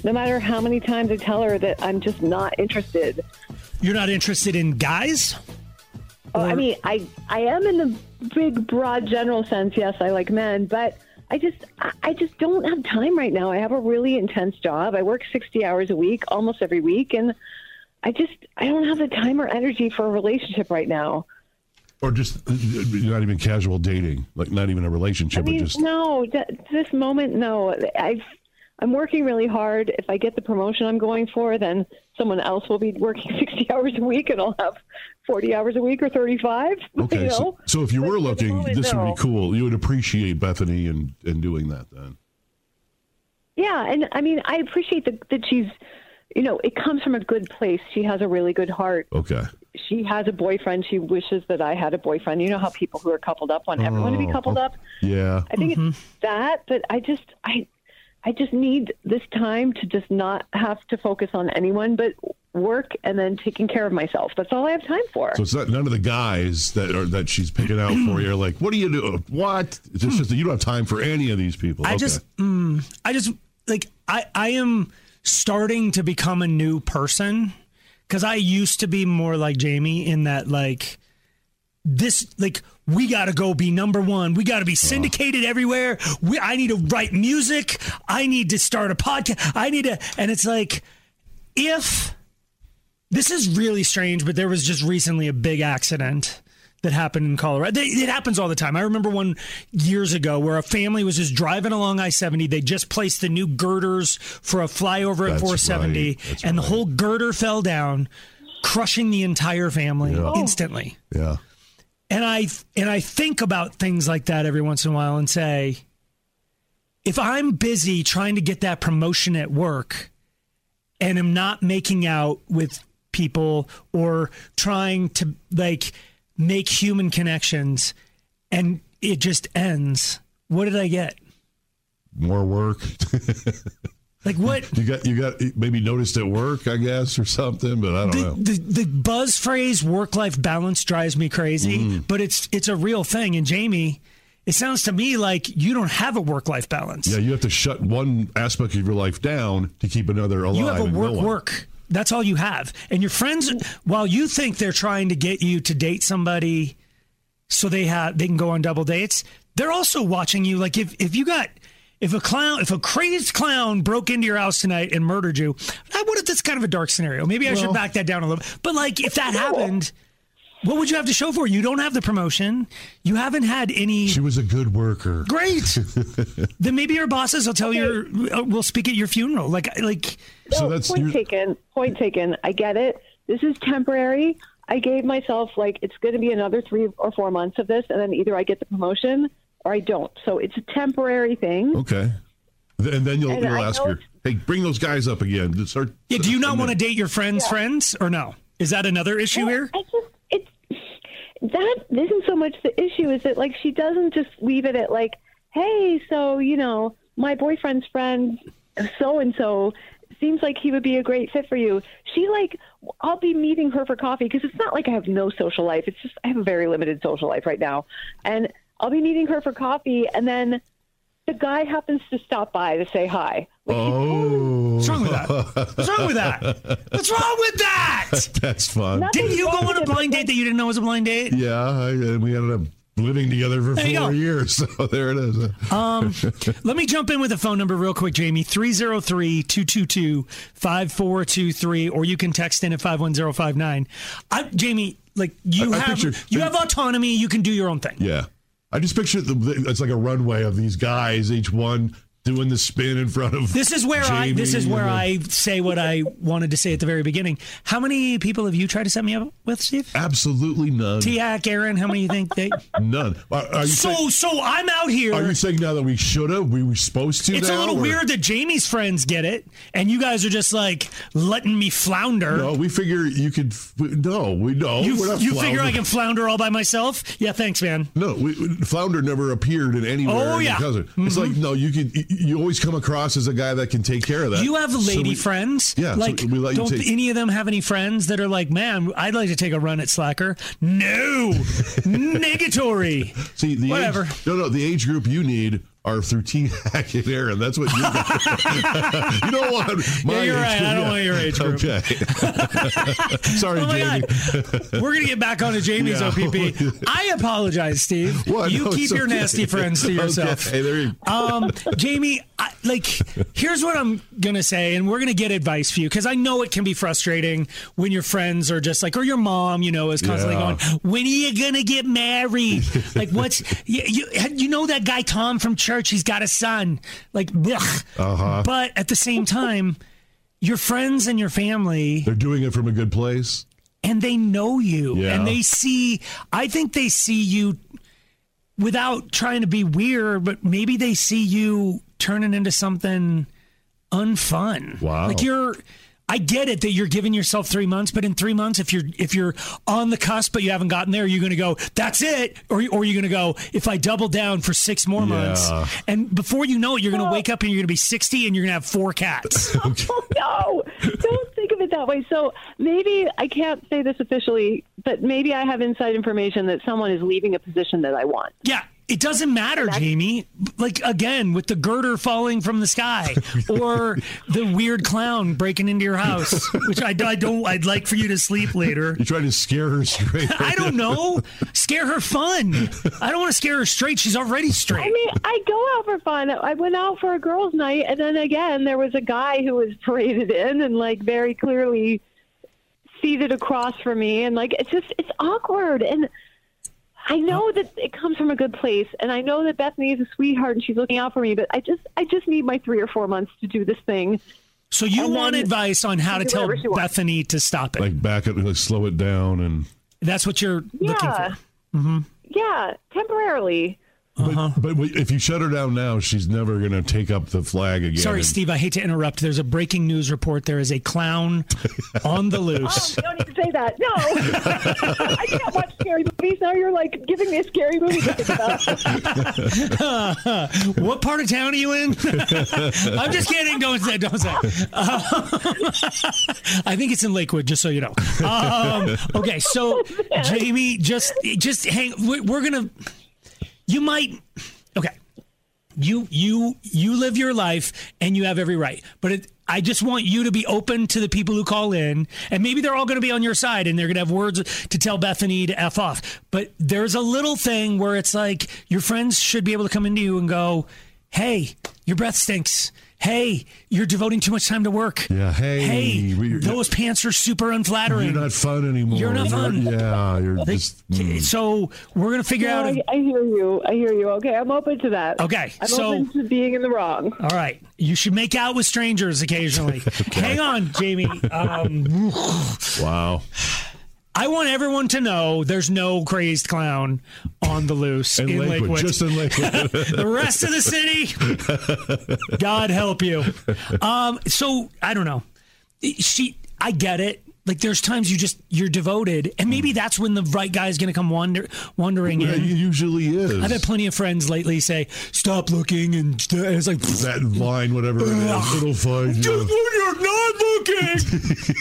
Speaker 11: no matter how many times I tell her that I'm just not interested.
Speaker 3: You're not interested in guys?
Speaker 11: Oh,
Speaker 3: Mm.
Speaker 11: I mean, I I am in the big, broad, general sense. Yes, I like men, but I just I- I just don't have time right now. I have a really intense job. I work sixty hours a week, almost every week, and I just I don't have the time or energy for a relationship right now.
Speaker 4: Or just uh, not even casual dating, like not even a relationship,
Speaker 11: I mean,
Speaker 4: but just
Speaker 11: no, th- this moment, no. I've I'm working really hard. If I get the promotion I'm going for, then someone else will be working sixty hours a week, and I'll have forty hours a week or thirty-five.
Speaker 4: okay.
Speaker 11: you know?
Speaker 4: so, so if you were looking,
Speaker 11: moment,
Speaker 4: this would
Speaker 11: no.
Speaker 4: be cool. You would appreciate Bethany and and doing that then.
Speaker 11: Yeah, and I mean, I appreciate the, that she's, you know, it comes from a good place. She has a really good heart.
Speaker 4: Okay.
Speaker 11: She has a boyfriend. She wishes that I had a boyfriend. You know how people who are coupled up want everyone to be
Speaker 4: Oh,
Speaker 11: coupled
Speaker 4: oh,
Speaker 11: up.
Speaker 4: Yeah.
Speaker 11: I think it's that, but I just, I, I just need this time to just not have to focus on anyone but work and then taking care of myself. That's all I have time for.
Speaker 4: So it's not none of the guys that are that she's picking out for you. Are like, what do you do? What? It's just, just that you don't have time for any of these people.
Speaker 3: I
Speaker 4: Okay.
Speaker 3: just, mm, I just like I, I am starting to become a new person because I used to be more like Jamie in that like this like we got to go be number one. We got to be syndicated everywhere. We I need to write music. I need to start a podcast. I need to, and it's like if this is really strange, but there was just recently a big accident that happened in Colorado. They, it happens all the time. I remember one years ago where a family was just driving along I 70. They just placed the new girders for a flyover at
Speaker 12: That's
Speaker 3: 470,
Speaker 12: right. That's
Speaker 3: and the whole girder fell down, crushing the entire family instantly.
Speaker 4: Yeah.
Speaker 3: And I and I think about things like that every once in a while and say if I'm busy trying to get that promotion at work, and am not making out with people or trying to like make human connections and it just ends what did i get
Speaker 4: more work.
Speaker 3: like what?
Speaker 4: You got you got maybe noticed at work, I guess, or something. But I don't know.
Speaker 3: the, the buzz phrase work life balance drives me crazy but it's it's a real thing and jamie it sounds to me like you don't have a work life balance
Speaker 4: Yeah, you have to shut one aspect of your life down to keep another alive.
Speaker 3: you have a
Speaker 4: and
Speaker 3: work
Speaker 4: going.
Speaker 3: work that's all you have and your friends while you think they're trying to get you to date somebody so they have they can go on double dates they're also watching you like if if you got if a clown if a crazed clown broke into your house tonight and murdered you i would have that's kind of a dark scenario maybe i should
Speaker 12: Well-
Speaker 3: back that down a little but like if that happened what would you have to show for it? you don't have the promotion you haven't had any
Speaker 4: She was a good worker.
Speaker 3: Great. then maybe your bosses will tell your uh, will speak at your funeral like like
Speaker 11: No, point taken. Point taken. I get it. This is temporary. I gave myself like it's going to be another three or four months of this, and then either I get the promotion or I don't. So it's a temporary thing.
Speaker 4: Okay. Th- And then you'll,
Speaker 11: And
Speaker 4: you'll
Speaker 11: I
Speaker 4: ask
Speaker 11: know
Speaker 4: her, hey, bring those guys up again. Just Start,
Speaker 3: Yeah, do you not want to date your friends' friends or no? Is that another issue here?
Speaker 11: That isn't so much the issue. Is that like she doesn't just leave it at like, hey, so you know my boyfriend's friend, so and so. Seems like he would be a great fit for you. She like, I'll be meeting her for coffee because it's not like I have no social life. It's just I have a very limited social life right now, and I'll be meeting her for coffee, and then the guy happens to stop by to say hi.
Speaker 4: Oh. What's
Speaker 3: wrong with that? What's wrong with that? What's wrong with that?
Speaker 4: That's fun.
Speaker 3: Didn't you go on a blind date that you didn't know was a blind date?
Speaker 4: Yeah, I, and we ended up living together for
Speaker 3: There you
Speaker 4: four
Speaker 3: go.
Speaker 4: years. So there it is.
Speaker 3: Um, Let me jump in with a phone number real quick, Jamie 303 222 5423, or you can text in at 51059. I, Jamie, like you
Speaker 4: I- I
Speaker 3: have
Speaker 4: picture-
Speaker 3: you have autonomy, you can do your own thing.
Speaker 4: yeah. I just picture the, it's like a runway of these guys, each one doing the spin in front of.
Speaker 3: This is where I this
Speaker 4: Jamie
Speaker 3: is
Speaker 4: and
Speaker 3: where
Speaker 4: then-
Speaker 3: I say what I wanted to say at the very beginning. How many people have you tried to set me up with, Steve?
Speaker 4: Absolutely none.
Speaker 3: Tiak, Aaron, how many you think they
Speaker 4: None. Are, are you
Speaker 3: So-
Speaker 4: saying-
Speaker 3: so I'm out here-
Speaker 4: Are you saying now that we should have? We were supposed to.
Speaker 3: It's a
Speaker 4: now,
Speaker 3: little
Speaker 4: or-
Speaker 3: weird that Jamie's friends get it, and you guys are just like letting me flounder.
Speaker 4: No, we figure you could. f- No, we know.
Speaker 3: you
Speaker 4: we're not
Speaker 3: you figure I
Speaker 4: floundering.
Speaker 3: can flounder all by myself? Yeah, thanks, man.
Speaker 4: No, we, Flounder never appeared in anywhere.
Speaker 3: Oh,
Speaker 4: in the
Speaker 3: yeah. Mm-hmm.
Speaker 4: cousin. It's like no, you can. You always come across as a guy that can take care of that.
Speaker 3: You have
Speaker 4: So
Speaker 3: lady
Speaker 4: we-
Speaker 3: friends.
Speaker 4: Yeah, so
Speaker 3: like
Speaker 4: we let you
Speaker 3: don't
Speaker 4: take-
Speaker 3: any of them have any friends that are like, man, I'd like to take a run at Slacker. No, negatory.
Speaker 4: See the
Speaker 3: Whatever.
Speaker 4: Age, no, no, the age group you need are through T Hack and Aaron. That's what you got. you don't want my
Speaker 3: Yeah, you're
Speaker 4: age
Speaker 3: right.
Speaker 4: group.
Speaker 3: I don't want your age group.
Speaker 4: Okay. Sorry,
Speaker 3: Oh my
Speaker 4: Jamie.
Speaker 3: We're gonna get back onto Jamie's
Speaker 4: Yeah.
Speaker 3: OPP. I apologize, Steve.
Speaker 4: What?
Speaker 3: You
Speaker 4: No,
Speaker 3: keep
Speaker 4: it's
Speaker 3: your
Speaker 4: okay.
Speaker 3: nasty friends to
Speaker 4: Okay,
Speaker 3: yourself.
Speaker 4: there you-
Speaker 3: um, Jamie, I, like, here's what I'm gonna say, and we're gonna get advice for you because I know it can be frustrating when your friends are just like, or your mom, you know, is constantly
Speaker 12: Yeah.
Speaker 3: going, "When are you gonna get married? like, what's you, you you know that guy Tom from church? He's got a son. Like, ugh.
Speaker 4: Uh-huh.
Speaker 3: But at the same time, your friends and your family
Speaker 4: They're doing it from a good place.
Speaker 3: And they know you.
Speaker 4: Yeah.
Speaker 3: And they see I think they see you without trying to be weird, but maybe they see you turning into something unfun.
Speaker 4: Wow.
Speaker 3: Like you're I get it that you're giving yourself three months, but in three months, if you're if you're on the cusp but you haven't gotten there, you're going to go, "That's it," or or you're going to go, "If I double down for six more months,"
Speaker 4: Yeah.
Speaker 3: and before you know it, you're going to wake up and you're going to be sixty and you're going to have four cats.
Speaker 11: no, don't think of it that way. So maybe I can't say this officially, but maybe I have inside information that someone is leaving a position that I want.
Speaker 3: Yeah, it doesn't matter, Jamie. Like again, with the girder falling from the sky, or the weird clown breaking into your house, which I, I don't. I'd like for you to sleep later.
Speaker 4: You're trying to scare her straight.
Speaker 3: I don't know. Scare her fun. I don't want to scare her straight. She's already straight.
Speaker 11: I mean, I go out for fun. I went out for a girls' night, and then again, there was a guy who was paraded in and like very clearly seated across from me, and like it's just it's awkward. And I know that it comes from a good place, and I know that Bethany is a sweetheart and she's looking out for me, but I just I just need my three or four months to do this thing.
Speaker 3: So you
Speaker 11: And
Speaker 3: want
Speaker 11: then
Speaker 3: advice on how to
Speaker 11: do
Speaker 3: tell
Speaker 11: whatever she wants.
Speaker 3: Bethany to stop it?
Speaker 4: Like back it, like slow it down, and
Speaker 3: That's what you're looking
Speaker 11: Yeah.
Speaker 3: for. hmm
Speaker 11: Yeah, temporarily.
Speaker 3: Uh-huh.
Speaker 4: but, but if you shut her down now, she's never gonna take up the flag again.
Speaker 3: Sorry,
Speaker 4: And-
Speaker 3: Steve. I hate to interrupt. There's a breaking news report. There is a clown on the loose.
Speaker 11: You Oh, don't need to say that. No, I can't watch scary movies now. You're like giving me a scary movie to think about.
Speaker 3: what part of town are you in? I'm just kidding. Don't say. Don't say. Um, I think it's in Lakewood. Just so you know. Um, okay, so Jamie, just just hang. We're, we're gonna. You might. Okay. You you you live your life and you have every right, but it. I just want you to be open to the people who call in, and maybe they're all going to be on your side, and they're going to have words to tell Bethany to f off. But there's a little thing where it's like your friends should be able to come into you and go, "Hey, your breath stinks. Hey, you're devoting too much time to work.
Speaker 4: Yeah, hey,
Speaker 3: hey,
Speaker 4: we-
Speaker 3: those pants are super unflattering.
Speaker 4: You're not fun anymore.
Speaker 3: You're not fun.
Speaker 4: yeah, you're just. mm.
Speaker 3: So we're gonna figure
Speaker 11: No,
Speaker 3: out.
Speaker 11: I, I hear you. I hear you. Okay, I'm open to that.
Speaker 3: Okay,
Speaker 11: I'm
Speaker 3: so-
Speaker 11: open to being in the wrong.
Speaker 3: all right, you should make out with strangers occasionally. Hang on, Jamie. Um,
Speaker 4: Wow.
Speaker 3: I want everyone to know there's no crazed clown on the loose
Speaker 4: In
Speaker 3: in
Speaker 4: Lakewood,
Speaker 3: Lakewood.
Speaker 4: just in Lakewood.
Speaker 3: the rest of the city, God help you. Um, so I don't know. She, I get it. Like there's times you just you're devoted, and
Speaker 4: Mm.
Speaker 3: maybe that's when the right guy is going to come wander, wandering
Speaker 4: Yeah,
Speaker 3: in.
Speaker 4: it usually is.
Speaker 3: I've had plenty of friends lately say, "Stop looking," and st- and it's like
Speaker 4: that line, whatever it is, it'll find you.
Speaker 3: you're not looking.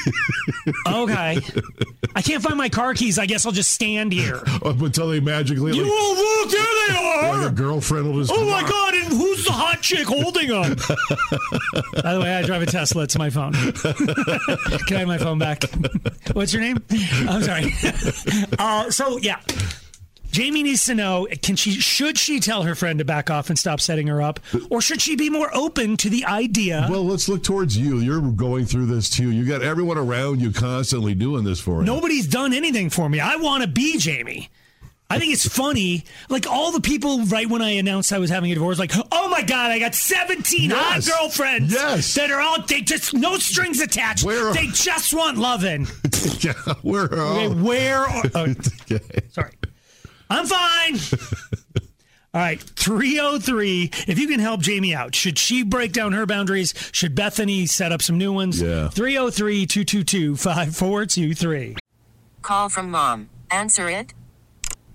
Speaker 3: okay, I can't find my car keys. I guess I'll just stand here.
Speaker 4: Up until they magically,
Speaker 3: You
Speaker 4: like,
Speaker 3: won't look. There they are.
Speaker 4: like a girlfriend will just.
Speaker 3: Oh my God! And who's the hot chick holding them? By the way, I drive a Tesla. It's my phone. Can I have my phone back? What's your name? I'm sorry. Uh, so yeah, Jamie needs to know: Can she? Should she tell her friend to back off and stop setting her up, or should she be more open to the idea?
Speaker 4: Well, let's look towards you. You're going through this too. You got everyone around you constantly doing this for you.
Speaker 3: Nobody's done anything for me. I want to be Jamie. I think it's funny. Like all the people, right when I announced I was having a divorce, like, oh my god, I got seventeen hot
Speaker 4: Yes.
Speaker 3: girlfriends.
Speaker 4: Yes.
Speaker 3: that are all they just no strings attached.
Speaker 4: Where are-
Speaker 3: they just want loving.
Speaker 4: yeah, we're
Speaker 3: Okay,
Speaker 4: all.
Speaker 3: where? Are, oh, sorry, I'm fine. All right, 303. If you can help Jamie out, should she break down her boundaries? Should Bethany set up some new ones?
Speaker 4: Yeah.
Speaker 3: 303 222 5423.
Speaker 13: Call from mom. Answer it.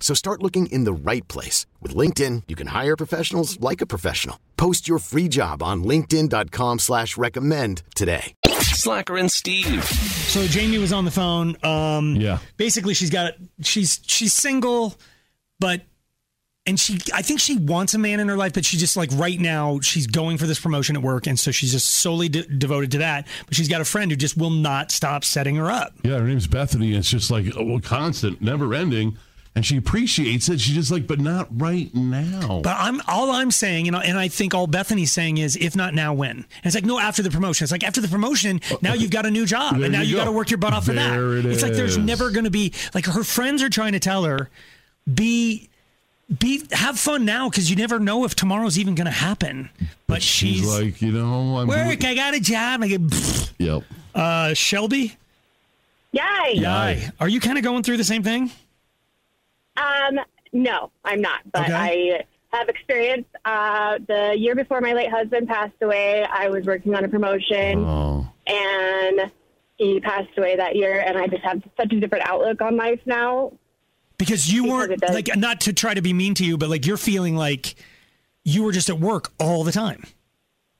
Speaker 1: So start looking in the right place. With LinkedIn, you can hire professionals like a professional. Post your free job on linkedin.com slash recommend today.
Speaker 2: Slacker and Steve.
Speaker 3: So Jamie was on the phone. Um, yeah. Basically, she's got she's she's single, but and she I think she wants a man in her life, but she just like right now she's going for this promotion at work, and so she's just solely de- devoted to that. But she's got a friend who just will not stop setting her up.
Speaker 4: Yeah, her name's Bethany. It's just like oh, well, constant, never ending, and she appreciates it. She's just like, but not right now.
Speaker 3: But I'm all I'm saying, and I, and I think all Bethany's saying is, if not now, when? And it's like, no, after the promotion. It's like after the promotion, now you've got a new job,
Speaker 4: Uh, There
Speaker 3: and now
Speaker 4: you
Speaker 3: you
Speaker 4: go.
Speaker 3: got to work your butt off for that.
Speaker 4: There it
Speaker 3: it's like there's
Speaker 4: is.
Speaker 3: never going to be like her friends are trying to tell her, be. Be have fun now because you never know if tomorrow's even going to happen. But she's,
Speaker 4: like, you know, I'm
Speaker 3: work. I got a job. I get. pfft.
Speaker 4: Yep.
Speaker 3: Uh, Shelby.
Speaker 9: Yay.
Speaker 3: Yay. Are you kind of going through the same thing?
Speaker 9: Um, no, I'm not. But I have experience. Uh, the year before my late husband passed away, I was working on a promotion,
Speaker 3: Oh.
Speaker 9: and he passed away that year. And I just have such a different outlook on life now.
Speaker 3: Because you weren't like not to try to be mean to you, but like you're feeling like you were just at work all the time.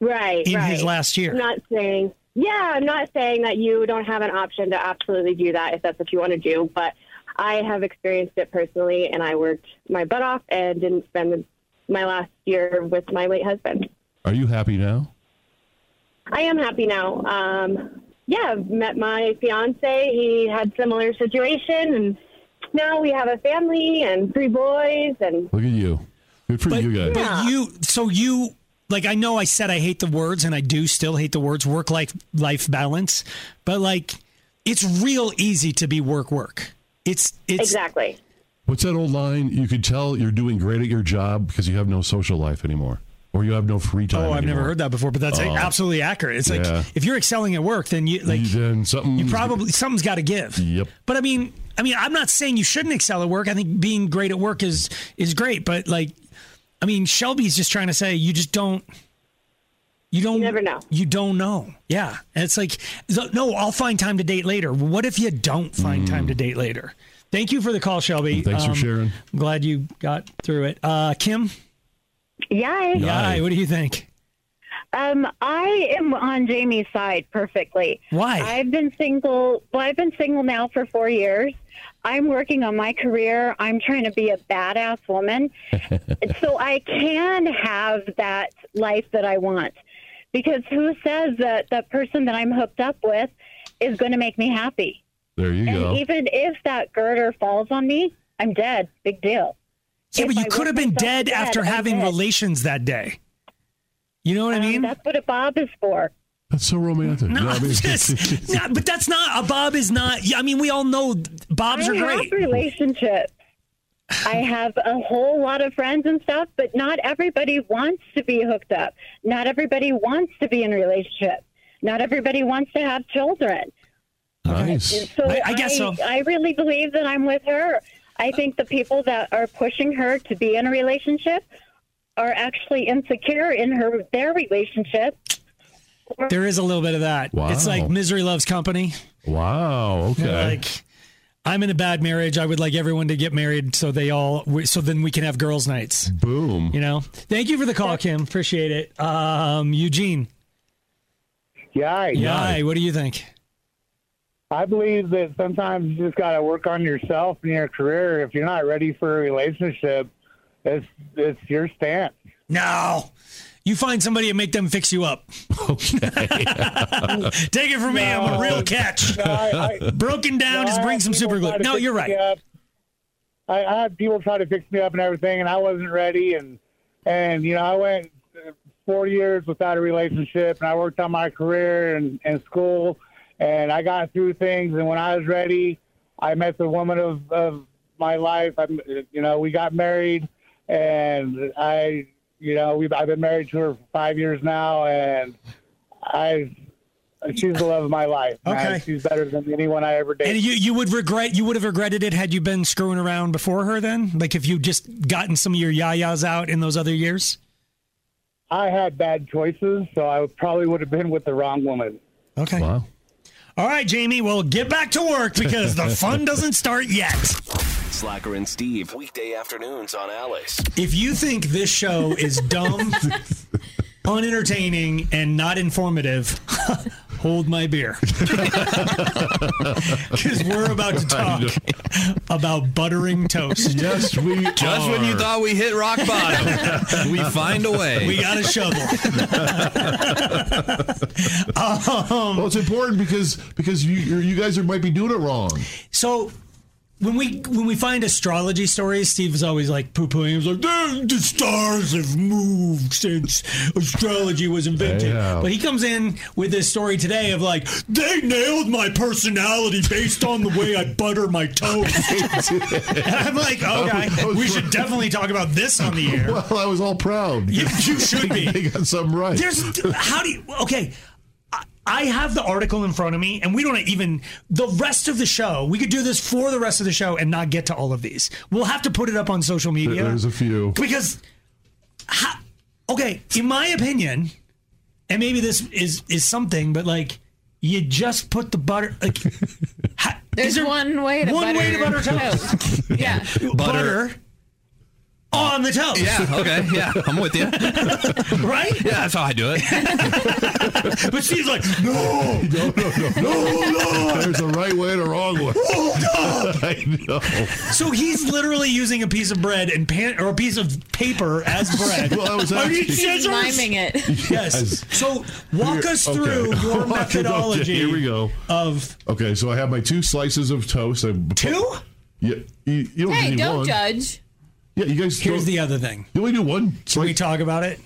Speaker 9: Right.
Speaker 3: In
Speaker 9: right.
Speaker 3: his last year.
Speaker 9: I'm not saying. Yeah, I'm not saying that you don't have an option to absolutely do that if that's what you want to do, but I have experienced it personally, and I worked my butt off and didn't spend my last year with my late husband.
Speaker 4: Are you happy now?
Speaker 9: I am happy now. Um, yeah, I've met my fiance. He had similar situation, and now we have a family and three boys. And
Speaker 4: Look at you. Good for you guys.
Speaker 3: But you, so you, like I know I said I hate the words, and I do still hate the words work life life balance, but like it's real easy to be work work. It's it's
Speaker 9: exactly.
Speaker 4: What's that old line? You could tell you're doing great at your job because you have no social life anymore, or you have no free time.
Speaker 3: Oh, I've never
Speaker 4: anymore.
Speaker 3: heard that before, but that's
Speaker 4: Oh.
Speaker 3: absolutely accurate. It's
Speaker 4: Yeah.
Speaker 3: like if you're excelling at work, then you like
Speaker 4: then something
Speaker 3: you probably something's got to give.
Speaker 4: Yep.
Speaker 3: But I mean, I mean, I'm not saying you shouldn't excel at work. I think being great at work is is great, but like, I mean, Shelby's just trying to say you just don't. You don't never know. You don't know. Yeah, and it's like, so- no, I'll find time to date later. Well, What if you don't find time to date later? Thank you for the call, Shelby.
Speaker 4: Mm. Thanks for sharing.
Speaker 3: I'm glad you got through it. Uh, Kim.
Speaker 12: Yay.
Speaker 3: Yay. What do you think?
Speaker 12: Um, I am on Jamie's side perfectly.
Speaker 3: Why?
Speaker 12: I've been single. Well, I've been single now for four years. I'm working on my career. I'm trying to be a badass woman, so I can have that life that I want. Because who says that the person that I'm hooked up with is going to make me happy?
Speaker 4: There you
Speaker 12: and
Speaker 4: go.
Speaker 12: even if that girder falls on me, I'm dead. Big deal.
Speaker 3: Yeah,
Speaker 12: If
Speaker 3: but you
Speaker 12: I
Speaker 3: could have
Speaker 12: work
Speaker 3: been
Speaker 12: myself
Speaker 3: dead, after
Speaker 12: I'm
Speaker 3: having
Speaker 12: dead. Um,
Speaker 3: relations that day. You know what I mean?
Speaker 12: That's what a bob is for.
Speaker 4: That's so romantic. You
Speaker 3: No,
Speaker 4: know what I mean?
Speaker 3: just- no, but that's not a bob is not. yeah, I mean, we all know bobs
Speaker 12: I
Speaker 3: are
Speaker 12: have
Speaker 3: great.
Speaker 12: relationships. I have a whole lot of friends and stuff, but not everybody wants to be hooked up. Not everybody wants to be in a relationship. Not everybody wants to have children.
Speaker 4: Nice.
Speaker 12: So I, I really believe that I'm with her. I think the people that are pushing her to be in a relationship are actually insecure in her their relationship.
Speaker 3: There is a little bit of that.
Speaker 4: Wow.
Speaker 3: It's like misery loves company.
Speaker 4: Wow. Okay.
Speaker 3: Like I'm in a bad marriage. I would like everyone to get married so they all so then we can have girls' nights.
Speaker 4: Boom.
Speaker 3: You know. Thank you for the call, Kim. Appreciate it. Um, Eugene.
Speaker 14: Yay.
Speaker 3: Yay. What do you think?
Speaker 8: I believe that sometimes you just got to work on yourself and your career. If you're not ready for a relationship, it's it's your stance.
Speaker 3: No. You find somebody and make them fix you up. Okay. Take it from me. I'm a real catch.
Speaker 8: No, I- I-
Speaker 3: Broken down,
Speaker 8: No,
Speaker 3: just
Speaker 8: I
Speaker 3: bring
Speaker 8: had
Speaker 3: some
Speaker 8: people
Speaker 3: super glue.
Speaker 8: try to
Speaker 3: No,
Speaker 8: fix
Speaker 3: you're
Speaker 8: me
Speaker 3: right.
Speaker 8: up. I, I had people try to fix me up and everything, and I wasn't ready. And and you know, I went uh, four years without a relationship, and I worked on my career and, and school, and I got through things. And when I was ready, I met the woman of of my life. I'm, you know, we got married, and I, you know, we I've been married to her for five years now, and I. She's the love of my life. man.
Speaker 3: Okay.
Speaker 8: She's better than anyone I ever dated.
Speaker 3: And you you would regret you would have regretted it had you been screwing around before her then? Like if you just gotten some of your yayas out in those other years?
Speaker 8: I had bad choices, so I probably would have been with the wrong woman.
Speaker 3: Okay.
Speaker 4: Wow.
Speaker 3: All right, Jamie, well get back to work because the fun doesn't start yet.
Speaker 2: Slacker and Steve, weekday afternoons on Alice.
Speaker 3: If you think this show is dumb, unentertaining, and not informative, hold my beer. Because we're about to talk about buttering toast.
Speaker 4: Yes, we
Speaker 5: Just when you thought we hit rock bottom, we find a way.
Speaker 3: We got a shovel. Um,
Speaker 4: well, it's important because because you you're- you guys are, might be doing it wrong.
Speaker 3: So when we when we find astrology stories, Steve is always like poo pooing. He was like, "The- the stars have moved since astrology was invented.
Speaker 4: Yeah.
Speaker 3: But he comes in with this story today of like, they nailed my personality based on the way I butter my toast. and I'm like, okay,
Speaker 4: I was-
Speaker 3: we should definitely talk about this on the air.
Speaker 4: Well, I was all proud.
Speaker 3: You, you should be.
Speaker 4: they got something right.
Speaker 3: There's how do you okay? I- I have the article in front of me, and we don't even the rest of the show. We could do this for the rest of the show and not get to all of these. We'll have to put it up on social media
Speaker 4: There's a few.
Speaker 3: because, ha- okay, in my opinion, and maybe this is is something, but like you just put the butter. Like, ha-
Speaker 6: There's
Speaker 3: is there
Speaker 6: one way to
Speaker 3: one
Speaker 6: butter
Speaker 3: way to butter toast?
Speaker 6: yeah.
Speaker 3: butter. on the toast,
Speaker 5: Yeah, okay. Yeah, I'm with you. Yeah,
Speaker 3: right?
Speaker 5: that's how I do it.
Speaker 3: But she's like, no,
Speaker 4: No, no, no, no,
Speaker 3: no.
Speaker 4: There's a right way and a wrong way.
Speaker 3: hold up.
Speaker 4: I know.
Speaker 3: So he's literally using a piece of bread and pan or a piece of paper as bread.
Speaker 4: Well, I was
Speaker 3: I need
Speaker 4: actually-
Speaker 6: He's
Speaker 3: scissors.
Speaker 6: miming it.
Speaker 3: Yes. So walk
Speaker 4: Here-
Speaker 3: us
Speaker 4: okay.
Speaker 3: through your
Speaker 4: Okay,
Speaker 3: methodology.
Speaker 4: here we go.
Speaker 3: Of
Speaker 4: Okay, so I have my two slices of toast. I
Speaker 3: two.
Speaker 4: Yeah, you, you don't
Speaker 6: Hey,
Speaker 4: need
Speaker 6: don't
Speaker 4: one.
Speaker 6: judge.
Speaker 4: Yeah, you guys.
Speaker 3: Here's
Speaker 4: Don't,
Speaker 3: the other thing.
Speaker 4: you only do one.
Speaker 3: Can we talk about it?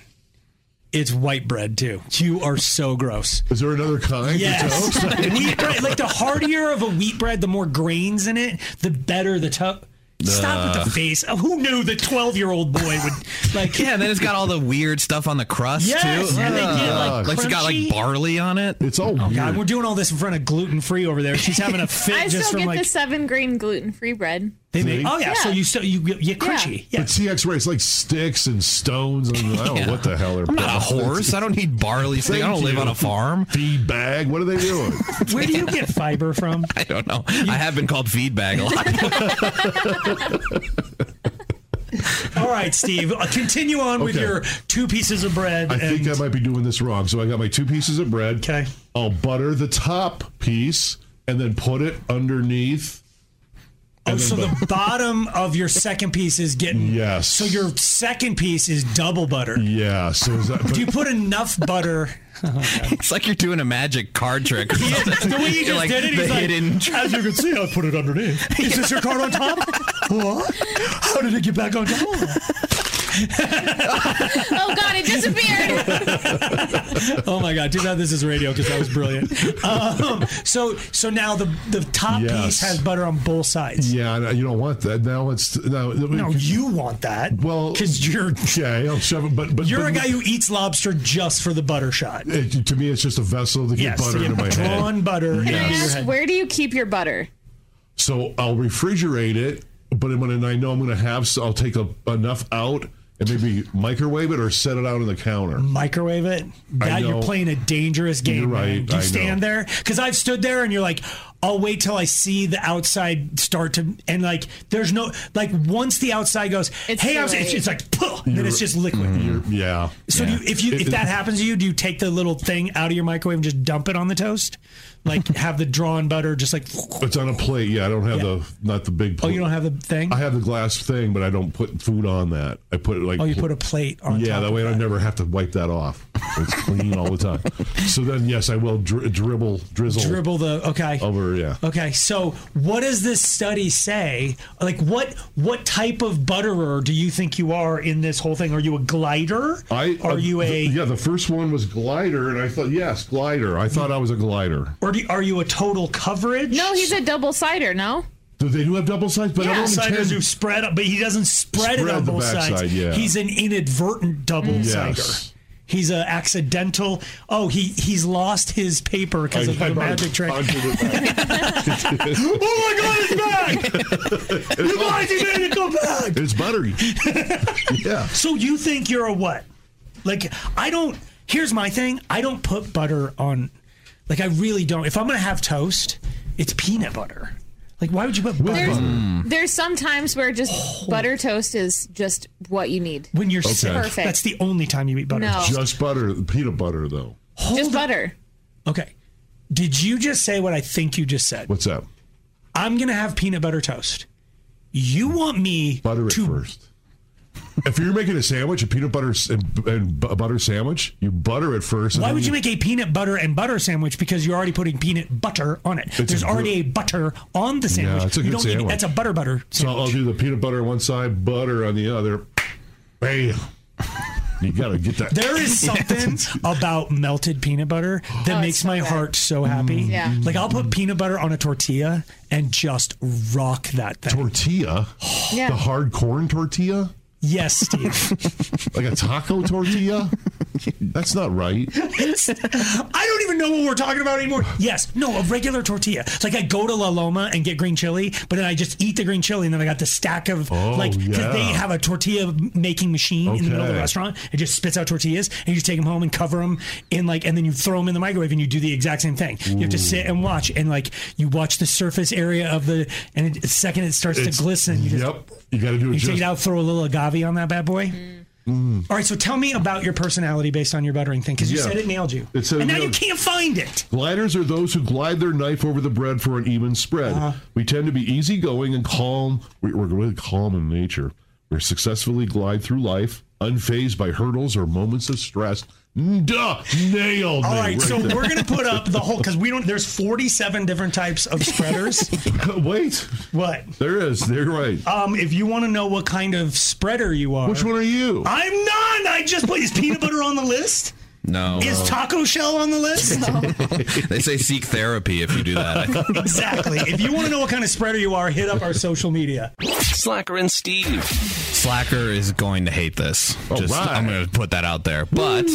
Speaker 3: It's white bread too. You are so gross.
Speaker 4: Is there another kind? of
Speaker 3: Yes.
Speaker 4: toast?
Speaker 3: wheat bread. Like the heartier of a wheat bread, the more grains in it, the better the toast. Stop with the face. Oh, Who knew the twelve-year-old boy would like?
Speaker 5: Yeah, and then it's got all the weird stuff on the crust
Speaker 3: Yes,
Speaker 5: too.
Speaker 3: and they did, like,
Speaker 5: Ugh. it's got
Speaker 3: crunchy- Oh,
Speaker 5: like barley on it.
Speaker 4: It's all weird.
Speaker 3: God, we're doing all this in front of gluten free over there. She's having a fit
Speaker 6: I
Speaker 3: just
Speaker 6: still
Speaker 3: from
Speaker 6: get
Speaker 3: like
Speaker 6: the seven grain gluten free bread.
Speaker 3: they make. Oh yeah, so
Speaker 6: Yeah.
Speaker 3: you still you you crunchy. Yeah.
Speaker 4: But TX Ray, it's like sticks and stones. And I don't
Speaker 5: Yeah.
Speaker 4: know what the hell they're
Speaker 5: I'm not a horse. I don't need barley. Thing. I
Speaker 4: Thank
Speaker 5: don't live
Speaker 4: you.
Speaker 5: on a farm.
Speaker 4: Feed bag. What are they doing?
Speaker 3: Where do you get fiber from?
Speaker 5: I don't know. I have been called feed bag a lot.
Speaker 3: All right, Steve, uh, continue on with
Speaker 4: Okay.
Speaker 3: your two pieces of bread.
Speaker 4: I think I
Speaker 3: and-
Speaker 4: might be doing this wrong. So I got my two pieces of bread.
Speaker 3: Okay.
Speaker 4: I'll butter the top piece and then put it underneath.
Speaker 3: oh,
Speaker 4: and then
Speaker 3: so the
Speaker 4: bu-
Speaker 3: bottom of your second piece is getting.
Speaker 4: Yes.
Speaker 3: So your second piece is double butter.
Speaker 4: Yeah. So is that,
Speaker 3: Do you put enough butter?
Speaker 5: it's like you're doing a magic card trick. Or something.
Speaker 3: The way you
Speaker 5: You're
Speaker 3: just
Speaker 5: like,
Speaker 3: did it,
Speaker 5: the
Speaker 3: he's like,
Speaker 5: hidden.
Speaker 3: as you can see, I put it underneath. Is this your card on top? What? How did it get back on top?
Speaker 6: Oh god, it disappeared.
Speaker 3: Oh my god! Too bad this is radio because that was brilliant. Um, so so now the the top
Speaker 4: Yes.
Speaker 3: piece has butter on both sides.
Speaker 4: yeah. no, You don't want that. Now it's now.
Speaker 3: No, you want that.
Speaker 4: Well,
Speaker 3: because you're
Speaker 4: Okay. I'll shove it. But but
Speaker 3: you're
Speaker 4: but,
Speaker 3: a guy who eats lobster just for the butter shot.
Speaker 4: It, to me, it's just a vessel to get
Speaker 3: Yes,
Speaker 4: butter
Speaker 3: to
Speaker 4: into
Speaker 3: get
Speaker 4: my head.
Speaker 3: drawn butter into
Speaker 6: Can I
Speaker 3: your
Speaker 6: ask,
Speaker 3: head.
Speaker 6: where do you keep your butter?
Speaker 4: So I'll refrigerate it, but when and I know I'm going to have, so I'll take a, enough out and maybe microwave it or set it out on the counter.
Speaker 3: Microwave it. Now you're
Speaker 4: know.
Speaker 3: playing a dangerous game.
Speaker 4: You're
Speaker 3: man.
Speaker 4: right,
Speaker 3: Do you
Speaker 4: I know.
Speaker 3: stand there? Because I've stood there and you're like, I'll wait till I see the outside start to, and like, there's no like once the outside goes,
Speaker 6: It's
Speaker 3: hey,
Speaker 6: too
Speaker 3: outside, it's,
Speaker 6: late.
Speaker 3: it's like, "Puh," then it's just liquid.
Speaker 4: Mm-hmm. Yeah.
Speaker 3: So do you, if you if that happens to you, do you take the little thing out of your microwave and just dump it on the toast? like have the drawn butter just like
Speaker 4: It's on a plate. Yeah, I don't have
Speaker 3: Yeah.
Speaker 4: the not the big. Plate. Oh, you
Speaker 3: don't have the thing.
Speaker 4: I have the glass thing, but I don't put food on that. I put it like.
Speaker 3: Oh, you put a plate on
Speaker 4: Yeah,
Speaker 3: top
Speaker 4: that
Speaker 3: of
Speaker 4: way I never have to wipe that off. It's clean all the time. So then, yes, I will dri- dribble, drizzle,
Speaker 3: dribble the okay
Speaker 4: over. Yeah.
Speaker 3: Okay, so what does this study say? Like, what what type of butterer do you think you are in this whole thing? Are you a glider?
Speaker 4: I
Speaker 3: are
Speaker 4: uh,
Speaker 3: you a
Speaker 4: yeah? The first one was glider, and I thought yes, glider. I thought I was a glider.
Speaker 3: or do, are you a total coverage?
Speaker 6: No, he's a double cider. No.
Speaker 4: Do they do have double sides? But I
Speaker 3: yeah,
Speaker 4: don't
Speaker 3: ciders
Speaker 4: intend-
Speaker 3: who spread, but he doesn't spread, it
Speaker 4: Spread
Speaker 3: on
Speaker 4: the
Speaker 3: both
Speaker 4: backside,
Speaker 3: sides.
Speaker 4: yeah. Mm.
Speaker 3: He's an inadvertent double
Speaker 4: Yes.
Speaker 3: cider. He's a accidental. Oh, he he's lost his paper because
Speaker 4: I-
Speaker 3: of
Speaker 4: I
Speaker 3: the
Speaker 4: brought
Speaker 3: magic
Speaker 4: it-
Speaker 3: trick.
Speaker 4: I'll give it
Speaker 3: oh my God, it's back! you guys, he made it come back.
Speaker 4: It's buttery. yeah.
Speaker 3: So you think you're a what? Like I don't. Here's my thing. I don't put butter on. Like I really don't. If I'm gonna have toast, it's peanut butter. Like why would you put butter?
Speaker 6: There's,
Speaker 4: Mm.
Speaker 6: there's some times where just butter toast is just what you need.
Speaker 3: Oh. when you're
Speaker 4: Okay.
Speaker 3: sick.
Speaker 6: Perfect.
Speaker 3: That's the only time you eat butter.
Speaker 6: No.
Speaker 4: Just butter, peanut butter though.
Speaker 6: just butter.
Speaker 3: Okay. Did you just say what I think you just said?
Speaker 4: What's up?
Speaker 3: I'm gonna have peanut butter toast. You want me
Speaker 4: Butter it
Speaker 3: to
Speaker 4: first. If you're making a sandwich, a peanut butter s- and, and bu- butter sandwich, you butter it first. and
Speaker 3: Why
Speaker 4: then
Speaker 3: would you make a peanut butter and butter sandwich? Because you're already putting peanut butter on it.
Speaker 4: a
Speaker 3: There's
Speaker 4: good-
Speaker 3: already a butter on the sandwich.
Speaker 4: Yeah, it's a
Speaker 3: you
Speaker 4: good
Speaker 3: don't need-
Speaker 4: sandwich.
Speaker 3: that's a butter butter.
Speaker 4: So oh, I'll do the peanut butter on one side, butter on the other. Bam. You gotta get that.
Speaker 3: There is something about melted peanut butter
Speaker 6: Oh,
Speaker 3: that makes my heart
Speaker 4: Mm.
Speaker 3: so happy.
Speaker 6: Yeah.
Speaker 3: Like I'll put peanut butter on a tortilla and just rock that thing.
Speaker 4: tortilla.
Speaker 6: Yeah.
Speaker 4: The hard corn tortilla,
Speaker 3: Yes, Steve.
Speaker 4: like a taco tortilla. That's not right.
Speaker 3: I don't even know what we're talking about anymore. Yes, no, a regular tortilla. Like I go to La Loma and get green chili, but then I just eat the green chili, and then I got the stack of
Speaker 4: Oh,
Speaker 3: like
Speaker 4: yeah.
Speaker 3: they have a tortilla making machine in the middle of the
Speaker 4: Okay.
Speaker 3: restaurant. It just spits out tortillas, and you just take them home and cover them in like, and then you throw them in the microwave, and you do the exact same thing. You have to sit and watch, and like you watch the surface area of the, and it, the second it starts
Speaker 4: It's-
Speaker 3: to glisten, you just
Speaker 4: Yep. You gotta do it
Speaker 3: you
Speaker 4: just Mm.
Speaker 3: take it out, throw a little agave on that bad boy. All right, so tell me about your personality based on your buttering thing, because you
Speaker 4: Yeah.
Speaker 3: said it nailed you,
Speaker 4: It said
Speaker 3: and
Speaker 4: it
Speaker 3: now you
Speaker 4: nailed-
Speaker 3: can't find it.
Speaker 4: Gliders are those who glide their knife over the bread for an even spread.
Speaker 3: Uh-huh.
Speaker 4: We tend to be easygoing and calm. we- We're really calm in nature. We successfully glide through life, unfazed by hurdles or moments of stress. Mm. Duh! Nailed
Speaker 3: All
Speaker 4: me
Speaker 3: right,
Speaker 4: right
Speaker 3: so
Speaker 4: there.
Speaker 3: we're gonna put up the whole because we don't. There's 47 different types of spreaders.
Speaker 4: Wait,
Speaker 3: what?
Speaker 4: there is. They're right.
Speaker 3: Um, if you want to know what kind of spreader you are,
Speaker 4: Which one are you?
Speaker 3: I'm none. I just put is peanut butter on the list.
Speaker 4: Oh,
Speaker 5: No.
Speaker 3: Is taco shell on the list?
Speaker 5: they say seek therapy if you do that.
Speaker 3: exactly. If you want to know what kind of spreader you are, hit up our social media.
Speaker 2: Slacker and Steve.
Speaker 5: Slacker is going to hate this. Just,
Speaker 2: right.
Speaker 5: I'm going to put that out there. But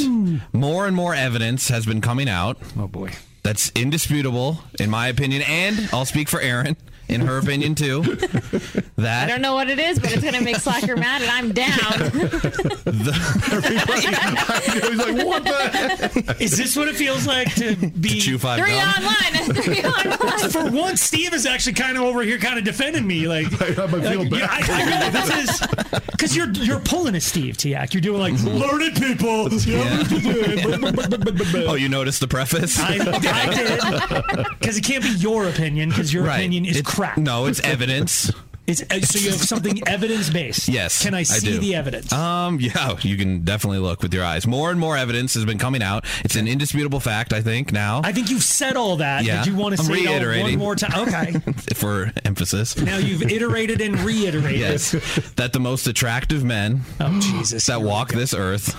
Speaker 5: more and more evidence has been coming out.
Speaker 3: Oh boy.
Speaker 5: That's indisputable, in my opinion, and I'll speak for Erin, in her opinion too.
Speaker 6: I
Speaker 5: That
Speaker 6: don't know what it is, but it's gonna make Slacker mad, and I'm down.
Speaker 4: He's like, what the?
Speaker 3: Is this what it feels like to be
Speaker 5: chew five
Speaker 6: Three
Speaker 5: gum.
Speaker 6: online. Three online.
Speaker 3: for once, Steve is actually kind of over here, kind of defending me. Like,
Speaker 4: I feel
Speaker 3: like,
Speaker 4: bad.
Speaker 3: yeah, I, I really- this is because you're you're pulling a Steve Tiak. You're doing like
Speaker 5: Mm-hmm.
Speaker 3: learned people.
Speaker 5: Oh, you noticed the preface?
Speaker 3: I, I did because it can't be your opinion because your opinion is
Speaker 5: It's-
Speaker 3: crap.
Speaker 5: No, it's evidence.
Speaker 3: It's uh, so you have something evidence based.
Speaker 5: Yes,
Speaker 3: Can I
Speaker 5: I
Speaker 3: see
Speaker 5: do.
Speaker 3: the evidence?
Speaker 5: Um, yeah, you can definitely look with your eyes. More and more evidence has been coming out. It's an indisputable fact, I think, now
Speaker 3: I think you've said all that.
Speaker 5: Yeah,
Speaker 3: Did you want to
Speaker 5: I'm
Speaker 3: say it all one
Speaker 5: reiterating.
Speaker 3: more time? Okay.
Speaker 5: for emphasis.
Speaker 3: Now you've iterated and reiterated.
Speaker 5: Yes, that the most attractive men
Speaker 3: Oh Jesus.
Speaker 5: that walk this earth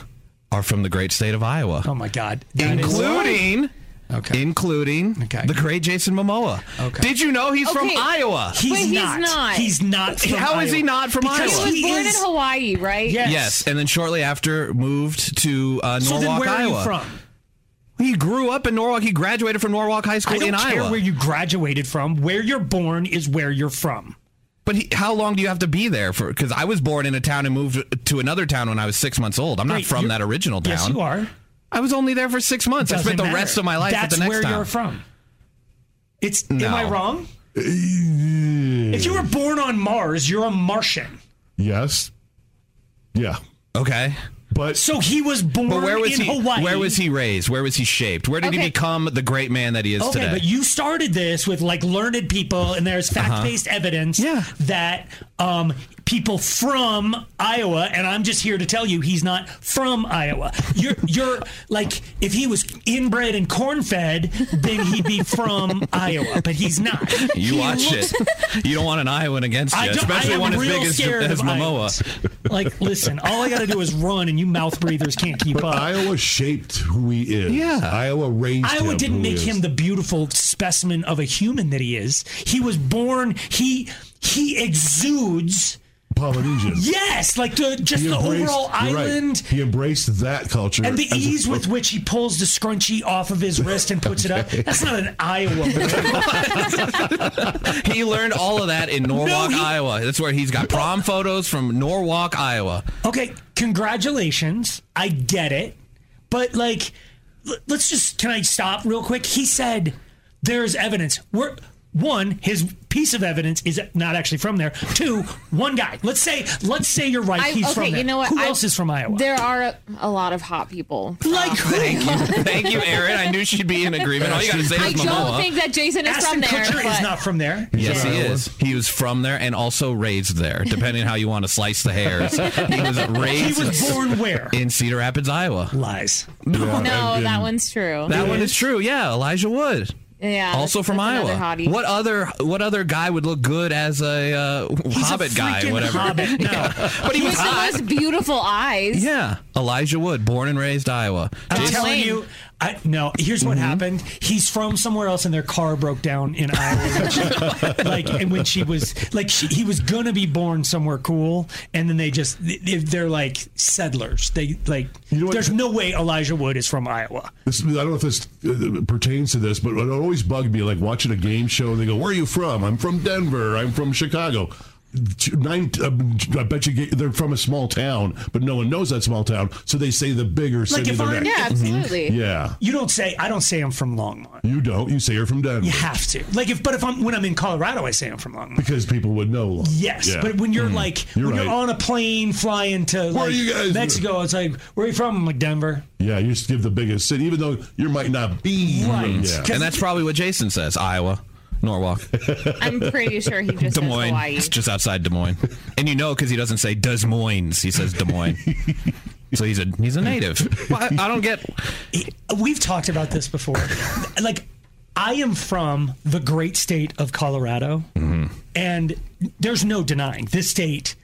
Speaker 5: are from the great state of Iowa.
Speaker 3: Oh my God. That is-
Speaker 5: including
Speaker 3: Okay.
Speaker 5: including
Speaker 3: Okay.
Speaker 5: the great Jason Momoa.
Speaker 3: Okay.
Speaker 5: Did you know he's from
Speaker 6: Okay.
Speaker 5: Iowa?
Speaker 3: He's,
Speaker 6: Wait, he's
Speaker 3: not.
Speaker 6: not.
Speaker 3: He's not. From
Speaker 5: How is he
Speaker 3: Iowa.
Speaker 5: not from
Speaker 3: Because
Speaker 5: Iowa?
Speaker 6: he was
Speaker 3: He
Speaker 6: born
Speaker 3: is-
Speaker 6: in Hawaii, right?
Speaker 3: Yes.
Speaker 5: Yes, and then shortly after moved to uh,
Speaker 3: So
Speaker 5: Norwalk,
Speaker 3: then, where
Speaker 5: Iowa.
Speaker 3: are you from?
Speaker 5: He grew up in Norwalk. He graduated from Norwalk High School
Speaker 3: I don't
Speaker 5: in
Speaker 3: care
Speaker 5: Iowa.
Speaker 3: where you graduated from. Where you're born is where you're from.
Speaker 5: but he, how long do you have to be there for? Because I was born in a town and moved to another town when I was six months old. I'm not
Speaker 3: Wait,
Speaker 5: from
Speaker 3: you're-
Speaker 5: that original town.
Speaker 3: Yes, you are.
Speaker 5: I was only there for six months. I
Speaker 3: Doesn't
Speaker 5: spent the
Speaker 3: matter.
Speaker 5: rest of my life
Speaker 3: That's
Speaker 5: at the next
Speaker 3: where
Speaker 5: town.
Speaker 3: you're from. It's.
Speaker 5: No.
Speaker 3: Am I wrong? If you were born on Mars, you're a Martian.
Speaker 4: Yes. Yeah.
Speaker 5: Okay.
Speaker 4: But
Speaker 3: so he was born
Speaker 5: But where was
Speaker 3: in
Speaker 5: he?
Speaker 3: Hawaii.
Speaker 5: Where was he raised? Where was he shaped? Where did he
Speaker 3: Okay.
Speaker 5: become the great man that he is
Speaker 3: okay,
Speaker 5: today?
Speaker 3: but you started this with like learned people, and there's
Speaker 5: Uh-huh.
Speaker 3: fact-based evidence that um, people from Iowa, and I'm just here to tell you, he's not from Iowa. You're, you're like, if he was inbred and corn-fed, then he'd be from Iowa, but he's not.
Speaker 5: You
Speaker 3: He
Speaker 5: watch
Speaker 3: looks-
Speaker 5: it. You don't want an Iowan against
Speaker 3: I
Speaker 5: you,
Speaker 3: don't- I
Speaker 5: especially
Speaker 3: am
Speaker 5: one as
Speaker 3: real
Speaker 5: big as,
Speaker 3: scared
Speaker 5: as
Speaker 3: of
Speaker 5: Momoa.
Speaker 3: Like, listen, all I got to do is run, and you mouth breathers can't keep
Speaker 4: But
Speaker 3: up.
Speaker 4: Iowa shaped who he is.
Speaker 3: Yeah.
Speaker 4: Iowa raised
Speaker 3: Iowa
Speaker 4: him
Speaker 3: didn't
Speaker 4: who he
Speaker 3: make
Speaker 4: is.
Speaker 3: him the beautiful specimen of a human that he is. He was born. He he exudes
Speaker 4: Polynesian.
Speaker 3: Yes, like the just
Speaker 4: He
Speaker 3: the
Speaker 4: embraced-
Speaker 3: overall
Speaker 4: you're right.
Speaker 3: island
Speaker 4: He embraced that culture.
Speaker 3: and the
Speaker 4: as a-
Speaker 3: ease with which he pulls the scrunchie off of his wrist and puts it
Speaker 4: Okay.
Speaker 3: up. That's not an Iowa.
Speaker 5: he learned all of that in Norwalk, Iowa. That's where he's got prom photos from Norwalk, Iowa.
Speaker 3: Okay, congratulations. I get it. But like l- let's just can I stop real quick? He said there's evidence. We're one, his piece of evidence is not actually from there. Two, one guy. Let's say let's say you're right.
Speaker 6: I-
Speaker 3: he's from
Speaker 6: okay,
Speaker 3: there.
Speaker 6: you know what?
Speaker 3: Who
Speaker 6: I-
Speaker 3: else is from Iowa?
Speaker 6: There are a, a lot of hot people. Um,
Speaker 3: Like who?
Speaker 5: Thank you, thank you, Aaron. I knew she'd be in agreement. All you gotta say
Speaker 6: I
Speaker 5: is
Speaker 6: don't
Speaker 5: Momoa.
Speaker 6: think that Jason is
Speaker 3: Ashton
Speaker 6: from there.
Speaker 3: Kutcher is
Speaker 6: but-
Speaker 3: not from there.
Speaker 5: Yes, he is. He was from there and also raised there, depending how you want to slice the hairs. He was raised.
Speaker 3: He was born where?
Speaker 5: In Cedar Rapids, Iowa.
Speaker 3: Lies.
Speaker 6: No, that one's true.
Speaker 5: That one is true. Yeah, Elijah Wood.
Speaker 6: Yeah,
Speaker 5: also
Speaker 6: that's-
Speaker 5: from
Speaker 6: that's another
Speaker 5: Iowa.
Speaker 6: hottie.
Speaker 5: What other what other guy would look good as a uh,
Speaker 6: a
Speaker 5: Hobbit guy,
Speaker 6: freaking
Speaker 5: whatever?
Speaker 6: hobbit, no.
Speaker 5: Yeah. But he
Speaker 6: With
Speaker 5: was
Speaker 6: the
Speaker 5: hot.
Speaker 6: most beautiful eyes.
Speaker 5: Yeah, Elijah Wood, born and raised Iowa.
Speaker 3: I'm
Speaker 5: Jason-
Speaker 3: telling you, I, no. Here's
Speaker 4: Mm-hmm.
Speaker 3: what happened. He's from somewhere else, and their car broke down in Iowa. when she- like, and when she was like, she, he was gonna be born somewhere cool, and then they just they- they're like settlers. They like, there's no way Elijah Wood is from Iowa.
Speaker 4: This, I don't know if this uh, pertains to this, but it always bugged me. Like watching a game show, and they go, "Where are you from?" I'm from Denver. I'm from Chicago. Nine, um, I bet you get, they're from a small town, but no one knows that small town, so they say the bigger
Speaker 3: Like
Speaker 4: city.
Speaker 3: if
Speaker 4: they're
Speaker 3: I'm
Speaker 4: at. Yeah,
Speaker 3: You don't say I don't say I'm from Longmont.
Speaker 4: you don't. You say you're from Denver
Speaker 3: You have to. Like if but if I'm when I'm in Colorado, I say I'm from Longmont.
Speaker 4: because people would know.
Speaker 3: Yes,
Speaker 4: Yeah.
Speaker 3: but when you're
Speaker 4: Mm.
Speaker 3: like
Speaker 4: You're
Speaker 3: when
Speaker 4: right.
Speaker 3: you're on a plane flying to like
Speaker 4: are you guys-
Speaker 3: Mexico, it's like where are you from? I'm like Denver.
Speaker 4: yeah, you just give the biggest city, even though you might not be
Speaker 5: Right.
Speaker 4: Yeah.
Speaker 5: And that's probably what Jason says. Iowa, Norwalk.
Speaker 6: I'm pretty sure he just
Speaker 5: Des
Speaker 6: says
Speaker 5: Moines.
Speaker 6: Hawaii.
Speaker 5: It's just outside Des Moines. And you know because he doesn't say Des Moines, he says Des Moines. so he's a he's a native. Well, I, I don't get.
Speaker 3: We've talked about this before. like I am from the great state of Colorado,
Speaker 4: Mm-hmm.
Speaker 3: and there's no denying this state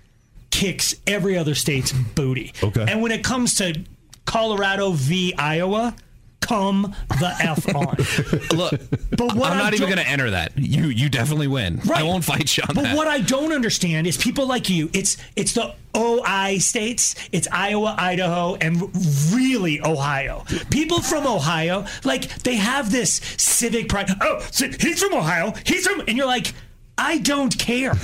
Speaker 3: kicks every other state's booty. Okay, and when it comes to Colorado v Iowa, come the f on.
Speaker 5: Look,
Speaker 3: But what
Speaker 5: I'm
Speaker 3: I
Speaker 5: not even
Speaker 3: don't-
Speaker 5: going to enter that. You you definitely win. I
Speaker 3: Right.
Speaker 5: won't fight you on
Speaker 3: But
Speaker 5: that.
Speaker 3: what I don't understand is people like you. It's it's the OI states. It's Iowa, Idaho, and really Ohio. People from Ohio, like they have this civic pride. Oh, so he's from Ohio. He's from, and you're like. I don't care.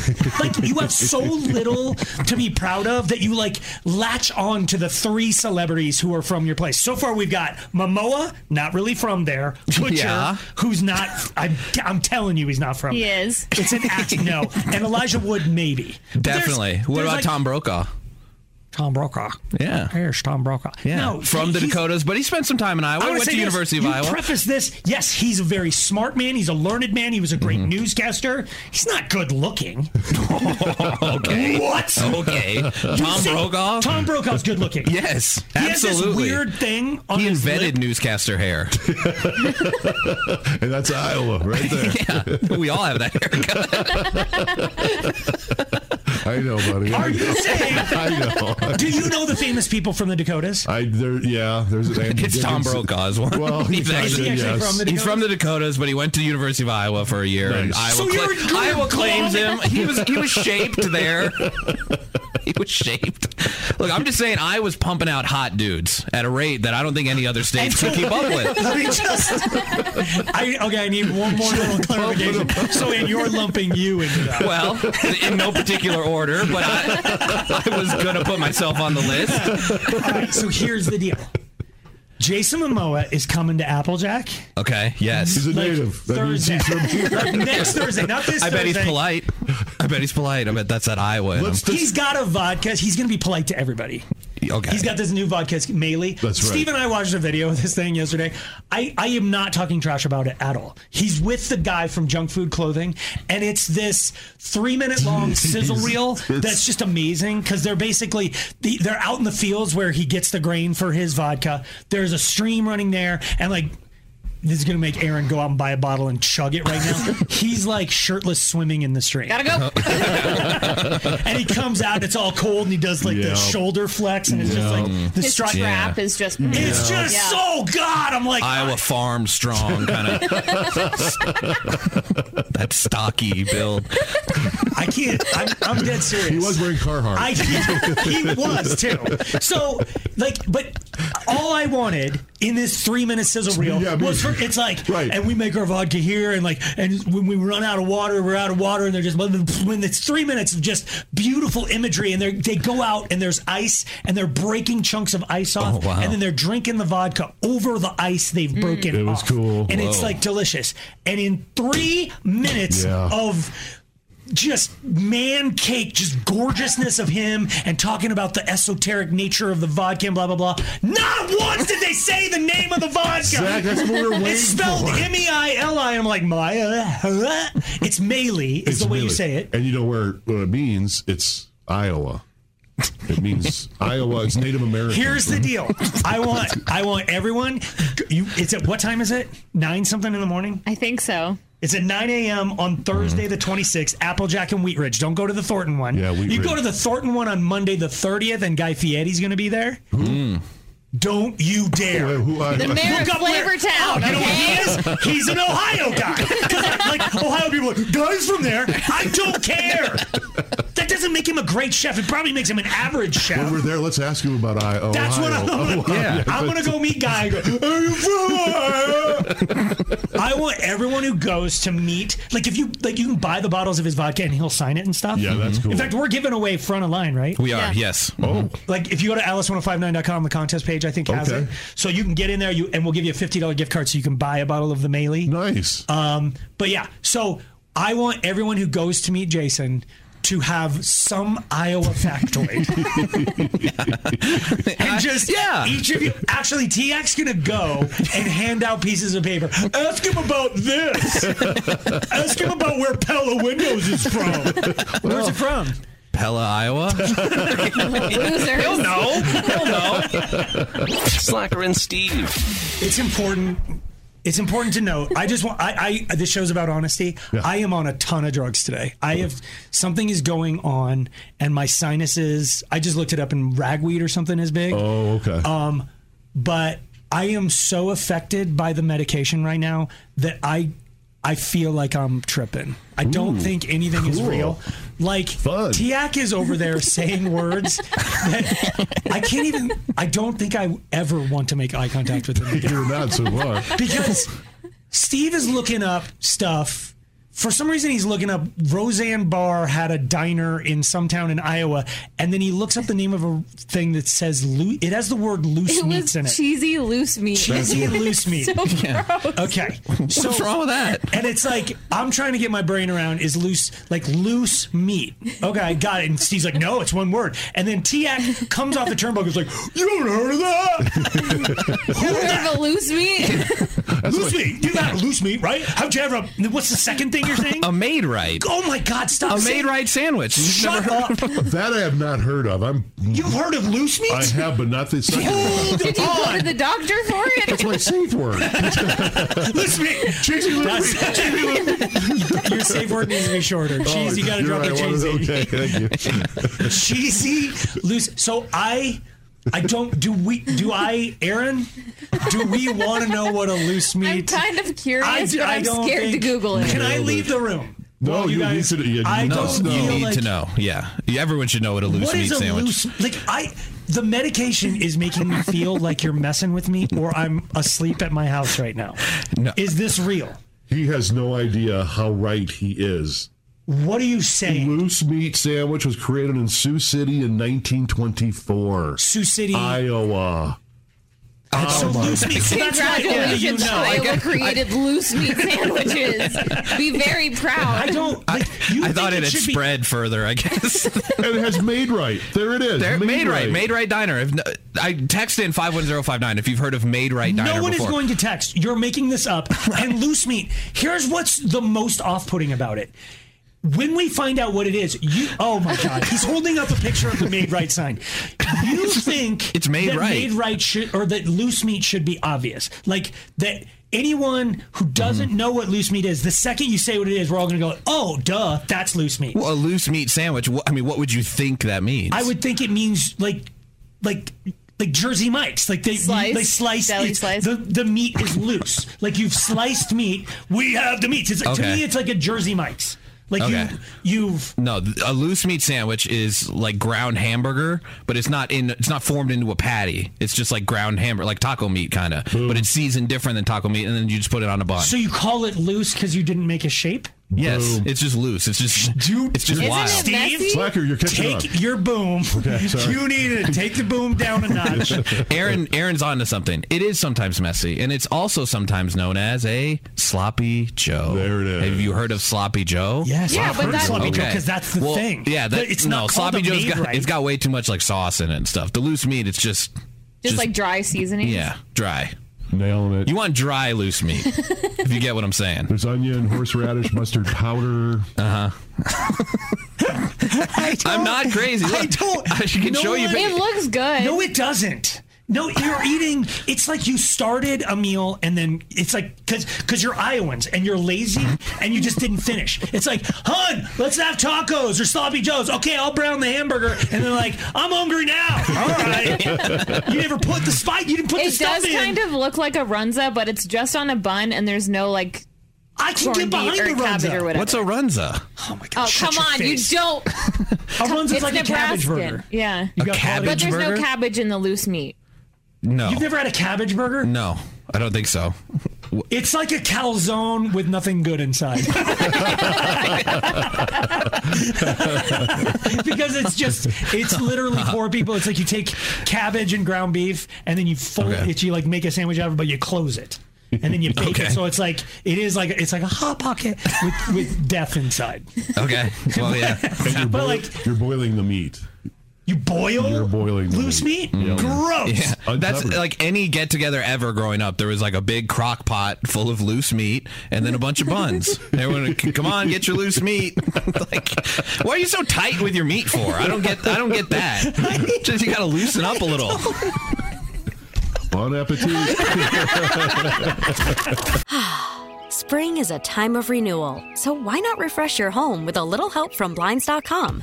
Speaker 3: Like you have so little to be proud of that you like latch on to the three celebrities who are from your place. So far, we've got Momoa, not really from there. Butcher,
Speaker 5: Yeah.
Speaker 3: who's not. I'm, I'm telling you, he's not from.
Speaker 6: He
Speaker 3: there.
Speaker 6: is.
Speaker 3: It's an act. No, and Elijah Wood maybe. But there's-
Speaker 5: definitely. what
Speaker 3: there's
Speaker 5: about
Speaker 3: like-
Speaker 5: Tom Brokaw?
Speaker 3: Tom Brokaw.
Speaker 5: Yeah.
Speaker 3: Here's Tom Brokaw.
Speaker 5: Yeah.
Speaker 3: No,
Speaker 5: From the
Speaker 3: he's-
Speaker 5: Dakotas, but he spent some time in Iowa. He
Speaker 3: I wanna
Speaker 5: went
Speaker 3: say
Speaker 5: to
Speaker 3: this.
Speaker 5: University of
Speaker 3: you
Speaker 5: Iowa.
Speaker 3: Preface this. Yes, he's a very smart man. He's a learned man. He was a great
Speaker 5: Mm-hmm.
Speaker 3: newscaster. He's not good looking.
Speaker 5: okay.
Speaker 3: What?
Speaker 5: Okay. Tom
Speaker 3: say-
Speaker 5: Brokaw?
Speaker 3: Tom Brokaw's good looking.
Speaker 5: Yes.
Speaker 3: He has this
Speaker 5: absolutely.
Speaker 3: weird thing on
Speaker 5: He
Speaker 3: his
Speaker 5: invented newscaster hair.
Speaker 4: and that's Iowa right there.
Speaker 5: yeah. We all have that haircut.
Speaker 4: I know, buddy.
Speaker 3: Are
Speaker 4: I
Speaker 3: you
Speaker 4: know.
Speaker 3: saying?
Speaker 4: I know.
Speaker 3: Do you know the famous people from the Dakotas?
Speaker 4: I there yeah. There's an Andy
Speaker 5: It's Tom
Speaker 4: Dickinson.
Speaker 5: Brokaw's one.
Speaker 4: Well,
Speaker 5: He's
Speaker 4: kinda,
Speaker 5: actually-
Speaker 4: yes.
Speaker 5: He's from the Dakotas, but he went to University of Iowa for a year, and Iowa,
Speaker 3: So
Speaker 5: cla-
Speaker 3: you're a good
Speaker 5: Iowa
Speaker 3: glove.
Speaker 5: claims him. He was he was shaped there. he was shaped. Look, I'm just saying, Iowa's pumping out hot dudes at a rate that I don't think any other states
Speaker 3: so-
Speaker 5: can keep up with.
Speaker 3: Let me just. I, okay, I need one more little clarification. So, and you're lumping you into that.
Speaker 5: Well, in no particular order, but I, I was gonna put myself on the list.
Speaker 3: All right, so here's the deal. Jason Momoa is coming to Applejack
Speaker 5: Okay. Yes.
Speaker 4: He's a
Speaker 3: Like,
Speaker 4: native. That means
Speaker 3: Thursday.
Speaker 4: he's from
Speaker 3: Like,
Speaker 4: here.
Speaker 3: next Thursday, not this
Speaker 5: I bet he's
Speaker 3: Thursday.
Speaker 5: polite. I bet he's polite. I bet that's at Iowa. in him.
Speaker 3: He's got a vodka. He's going to be polite to everybody.
Speaker 5: Okay.
Speaker 3: He's got this new vodka, Melee.
Speaker 5: That's right.
Speaker 3: Steve and I watched a video of this thing yesterday. I, I am not talking trash about it at all. He's with the guy from Junk Food Clothing, and it's this three minute long sizzle
Speaker 14: Jeez.
Speaker 3: reel that's just amazing because they're basically the, they're out in the fields where he gets the grain for his vodka. There's a stream running there, and like this is gonna make Aaron go out and buy a bottle and chug it right now. He's like shirtless swimming in the stream. Gotta go. and he comes out, it's all cold, and he does like
Speaker 6: Yeah.
Speaker 3: the shoulder flex, and it's just like the
Speaker 6: His
Speaker 3: strut
Speaker 6: strap is just.
Speaker 3: It's just
Speaker 6: Yeah.
Speaker 3: so God. I'm like, "Ah."
Speaker 5: Iowa farm strong kind of that stocky build.
Speaker 3: I can't. I'm, I'm dead serious.
Speaker 4: He was wearing Carhartt.
Speaker 3: I he was too. So like, but all I wanted in this three minute sizzle reel
Speaker 4: Yeah, me-
Speaker 3: was for, it's like, and we make our vodka here, and like, and when we run out of water, we're out of water, and they're just when it's three minutes of just beautiful imagery, and they they go out and there's ice, and they're breaking chunks of ice off,
Speaker 4: Oh, wow.
Speaker 3: and then they're drinking the vodka over the ice they've
Speaker 4: Mm.
Speaker 3: broken.
Speaker 4: It was
Speaker 3: off.
Speaker 4: cool.
Speaker 3: and it's
Speaker 4: Whoa.
Speaker 3: like delicious. And in three minutes
Speaker 4: Yeah.
Speaker 3: of just man cake, just gorgeousness of him and talking about the esoteric nature of the vodka and blah blah blah. Not once did they say the name of the vodka.
Speaker 4: Zach, that's what we were waiting
Speaker 3: it's spelled
Speaker 4: for.
Speaker 3: M E I L I. I'm like Maya. huh? It's Melee. Is the way you
Speaker 4: Really.
Speaker 3: say it.
Speaker 4: And you know where what it uh, means? It's Iowa. It means Iowa. It's Native American.
Speaker 3: Here's the deal. I want I want everyone. You, it's at what time is it? Nine something in the morning.
Speaker 6: I think so.
Speaker 3: It's at 9 a.m. on Thursday the 26th. Applejack and Wheat Ridge. Don't go to the Thornton one. Yeah,
Speaker 4: Wheat
Speaker 3: you go
Speaker 4: Ridge.
Speaker 3: to the Thornton one on Monday the 30th, and Guy Fieri's going to be there.
Speaker 4: Hmm.
Speaker 3: Don't you dare!
Speaker 4: uh,
Speaker 6: The mayor of
Speaker 3: Look up where-
Speaker 6: Flavortown.
Speaker 3: Oh, you know what he
Speaker 6: okay?
Speaker 3: is? He's an Ohio guy. 'Cause, like Ohio people, are like, guys from there. I don't care. That doesn't make him a great chef. It probably makes him an average chef.
Speaker 4: When we're there, let's ask him about I- Ohio.
Speaker 3: That's what I'm gonna.
Speaker 4: Ohio.
Speaker 3: I'm gonna go meet Guy. And go, Are you from Ohio?" I want everyone who goes to meet. Like if you like, you can buy the bottles of his vodka and he'll sign it and stuff. Mhm.
Speaker 5: Yeah, that's cool.
Speaker 3: In fact, we're giving away front of line, right?
Speaker 5: We are, yes.
Speaker 4: Oh.
Speaker 3: Like if you go to alice1059.com, the contest page I think has
Speaker 5: Okay.
Speaker 3: it. So you can get in there, you and we'll give you a fifty dollar gift card so you can buy a bottle of the Melee.
Speaker 4: Nice.
Speaker 3: Um, but yeah, so I want everyone who goes to meet Jason to have some Iowa factoid.
Speaker 5: Mm-hmm.
Speaker 3: and just yeah. each of you actually TX gonna go and hand out pieces of paper. Ask him about this. Ask him about where Pella Windows is from. Where's it from?
Speaker 5: Pella, Iowa.
Speaker 6: Losers.
Speaker 5: He'll know. He'll know.
Speaker 2: Slacker and Steve.
Speaker 3: It's important. It's important to note. I just want. I. I this show's about honesty. I am on a ton of drugs today. I have something is going on, and my sinuses. I just looked it up, and ragweed or something is big.
Speaker 4: Oh, okay.
Speaker 3: Um, but I am so affected by the medication right now that I. I feel like I'm tripping. I don't
Speaker 4: Ooh,
Speaker 3: think anything is
Speaker 4: cool.
Speaker 3: real. Like Tiak is over there saying words that I can't even. I don't think I ever want to make eye contact with him. Again
Speaker 4: You're not so far.
Speaker 3: because Steve is looking up stuff. For some reason, he's looking up Roseanne Barr had a diner in some town in Iowa, and then he looks up the name of a thing that says loo- it has the word loose
Speaker 6: It
Speaker 3: meats in it.
Speaker 6: was cheesy loose meat.
Speaker 3: Cheesy loose meat.
Speaker 6: so gross.
Speaker 3: Okay.
Speaker 6: What's wrong with that?
Speaker 3: And it's like I'm trying to get my brain around is loose like loose meat. Okay, I got it. And Steve's like, no, it's one word. And then Tiak comes off the turnbuckle. He's like, you don't heard of that?
Speaker 6: You ever heard of a loose meat?
Speaker 3: loose meat. You got loose meat, right? How'd you ever? What's the second thing you're saying?
Speaker 5: A made right.
Speaker 3: Oh my God! Stop.
Speaker 5: A
Speaker 3: saying-
Speaker 5: made right sandwich. You've
Speaker 3: Shut
Speaker 5: never heard
Speaker 3: up.
Speaker 4: That I have not heard of. I'm.
Speaker 3: You've heard of loose meat?
Speaker 4: I have, but not this.
Speaker 3: Hold
Speaker 6: Did you go to the doctor for
Speaker 4: That's
Speaker 6: it?
Speaker 4: my safe word.
Speaker 3: Loose meat.
Speaker 4: Cheesy loose meat. Cheesy loose meat.
Speaker 3: That's- Your safe word needs to be shorter. Cheese. you got to
Speaker 4: Oh, You're
Speaker 3: drop the
Speaker 4: right, one of
Speaker 3: cheesy.
Speaker 4: the- Okay, thank you.
Speaker 3: cheesy loose. So I, I don't. Do we? Do I, Aaron? Do we want to know what a loose
Speaker 6: I'm
Speaker 3: meat?
Speaker 6: kind of curious, but I'm
Speaker 3: don't
Speaker 6: scared to
Speaker 3: think-
Speaker 6: Google it.
Speaker 3: Can I leave the room?
Speaker 4: No,
Speaker 3: Well,
Speaker 4: you,
Speaker 3: guys-
Speaker 4: need to. Yeah,
Speaker 3: I
Speaker 5: No,
Speaker 3: don't
Speaker 5: you
Speaker 3: feel
Speaker 5: need
Speaker 3: like-
Speaker 5: to know. Yeah, everyone should know what a loose
Speaker 3: What
Speaker 5: meat
Speaker 3: is a
Speaker 5: sandwich.
Speaker 3: loose like I the medication is making me feel like you're messing with me or I'm asleep at my house right now. Is this real?
Speaker 4: He has no idea how right he is.
Speaker 3: What are you saying?
Speaker 4: Loose meat sandwich was created in Sioux City in 1924.
Speaker 3: Sioux City.
Speaker 4: Iowa.
Speaker 3: That's
Speaker 4: Oh
Speaker 3: so
Speaker 4: my
Speaker 3: loose meat. So that's not only you
Speaker 6: Congratulations,
Speaker 3: know.
Speaker 6: Trailer created loose meat sandwiches. Be very proud.
Speaker 3: I don't.
Speaker 5: I, I thought it,
Speaker 3: it
Speaker 5: had
Speaker 3: should be-
Speaker 5: spread further, I guess.
Speaker 4: it has Made Right. There it is.
Speaker 5: There, made, right.
Speaker 4: Right.
Speaker 5: Made Right Diner. If, no- I text in 51059 if you've heard of Made Right Diner
Speaker 3: No one
Speaker 5: before.
Speaker 3: is going to text. You're making this up. And loose meat. Here's what's the most off-putting about it. When we find out what it is, you oh my god, he's holding up a picture of the made right sign. You think
Speaker 5: It's made
Speaker 3: that
Speaker 5: right.
Speaker 3: Made right should or that loose meat should be obvious, like that. Anyone who doesn't
Speaker 5: Mm-hmm.
Speaker 3: know what loose meat is, the second you say what it is, we're all going to go, "Oh, duh, that's loose meat."
Speaker 5: Well, a loose meat sandwich. What, I mean, what would you think that means?
Speaker 3: I would think it means like, like, like Jersey Mike's. Like they
Speaker 6: Slice,
Speaker 3: they slice,
Speaker 6: deli
Speaker 3: it's-
Speaker 6: slice.
Speaker 3: The the meat is loose. like you've sliced meat. We have the meats. It's, To
Speaker 5: Okay.
Speaker 3: me, it's like a Jersey Mike's. Like
Speaker 5: Okay.
Speaker 3: you you've
Speaker 5: No, th- a loose meat sandwich is like ground hamburger, but it's not in. It's not formed into a patty. It's just like ground hamburger, like taco meat kind of, but it's seasoned different than taco meat, and then you just put it on a bun.
Speaker 3: so you call it loose because you didn't make a shape.
Speaker 5: yes, it's just loose. It's just it's just
Speaker 3: Isn't
Speaker 5: wild.
Speaker 3: it messy?
Speaker 4: Slacker, you're catching
Speaker 3: Take
Speaker 4: up.
Speaker 3: your boom.
Speaker 4: Okay, sorry.
Speaker 3: You need to take the boom down a notch.
Speaker 5: Aaron, Aaron's onto something. It is sometimes messy, and it's also sometimes known as a sloppy Joe. There it is. Have you heard of sloppy Joe?
Speaker 3: Yes, Yeah, I've but heard of that- sloppy Joe, 'cause that's the
Speaker 5: Well,
Speaker 3: thing.
Speaker 5: Yeah,
Speaker 3: But
Speaker 5: that,
Speaker 3: it's
Speaker 5: no,
Speaker 3: not called
Speaker 5: sloppy
Speaker 3: a
Speaker 5: Joe's
Speaker 3: made
Speaker 5: got
Speaker 3: right.
Speaker 5: it's got way too much like sauce in it and stuff. The loose meat, it's just
Speaker 6: Just, like dry seasoning.
Speaker 5: yeah, dry.
Speaker 4: Nailing it.
Speaker 5: You want dry loose meat, if you get what I'm saying.
Speaker 4: There's onion, horseradish, mustard powder.
Speaker 5: Uh huh. I'm not crazy. Look,
Speaker 3: I don't.
Speaker 5: I can show you.
Speaker 6: It looks good.
Speaker 3: No, it doesn't. No, you're eating. It's like you started a meal and then it's like because because you're Iowans and you're lazy and you just didn't finish. It's like, hun, let's have tacos or sloppy joes. Okay, I'll brown the hamburger and they're like, I'm hungry now. All right, you never put the spike. You didn't put the
Speaker 6: It
Speaker 3: stuff
Speaker 6: does
Speaker 3: in.
Speaker 6: kind of look like a runza, but it's just on a bun, and there's no like.
Speaker 3: I can
Speaker 6: corned
Speaker 3: get behind
Speaker 6: beef or
Speaker 3: a
Speaker 6: cabbage
Speaker 3: runza.
Speaker 6: or whatever.
Speaker 5: What's a runza?
Speaker 6: Oh
Speaker 3: shut
Speaker 6: come
Speaker 3: your
Speaker 6: on!
Speaker 3: face.
Speaker 6: You don't.
Speaker 3: a runza is
Speaker 6: it's
Speaker 3: like a cabbage
Speaker 6: Nebraskan.
Speaker 3: burger.
Speaker 6: Yeah.
Speaker 3: You gotta call it a
Speaker 6: but there's
Speaker 5: burger?
Speaker 6: no cabbage in the loose meat.
Speaker 5: No.
Speaker 3: You've never had a cabbage burger?
Speaker 5: No, I don't think so.
Speaker 3: It's like a calzone with nothing good inside. because it's just it's literally
Speaker 5: Uh-huh.
Speaker 3: poor people. It's like you take cabbage and ground beef and then you fold it, you like make a sandwich out of it, but you close it. And then you bake
Speaker 5: Okay.
Speaker 3: it. So it's like it is like it's like a hot pocket with, with death inside.
Speaker 5: Okay. Well, yeah.
Speaker 4: And you're,
Speaker 3: But,
Speaker 4: boil- you're boiling the meat.
Speaker 3: You boil?
Speaker 4: You're boiling the
Speaker 3: Loose meat?
Speaker 4: Yeah.
Speaker 3: Gross.
Speaker 5: Yeah. That's like any get together ever growing up. There was like a big crock pot full of loose meat and then a bunch of buns. Everyone, would, come on, get your loose meat. like, why are you so tight with your meat for? I don't get. I don't get that. Just you got to loosen up a little.
Speaker 4: Bon appetit.
Speaker 14: Spring is a time of renewal, so why not refresh your home with a little help from Blinds.com?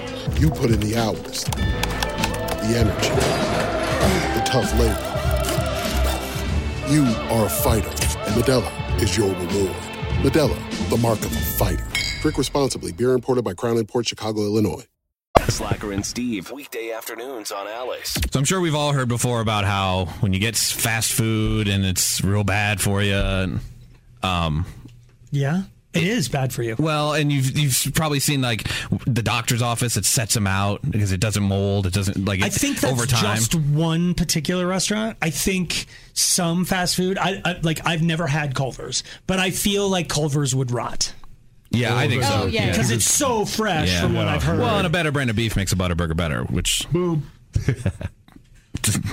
Speaker 15: You put in the hours, the energy, the tough labor. You are a fighter, and Medella is your reward. Medella, the mark of a fighter. Drink responsibly. Beer imported by Crown Port Chicago, Illinois.
Speaker 2: Slacker and Steve, weekday afternoons on Alice.
Speaker 5: So I'm sure we've all heard before about how when you get s- fast food and it's real bad for you. And, um,
Speaker 3: yeah, it is bad for you.
Speaker 5: Well, and you've you've probably seen like w- the doctor's office that sets them out because it doesn't mold. It doesn't like. It,
Speaker 3: I think that's
Speaker 5: over time.
Speaker 3: just one particular restaurant. I think some fast food. I, I like. I've never had Culver's, but I feel like Culver's would rot.
Speaker 5: Oh, yeah, I think so.
Speaker 3: Oh, because it's so fresh from what I've heard.
Speaker 5: Well, and a better brand of beef makes a butterburger better, which
Speaker 4: boom.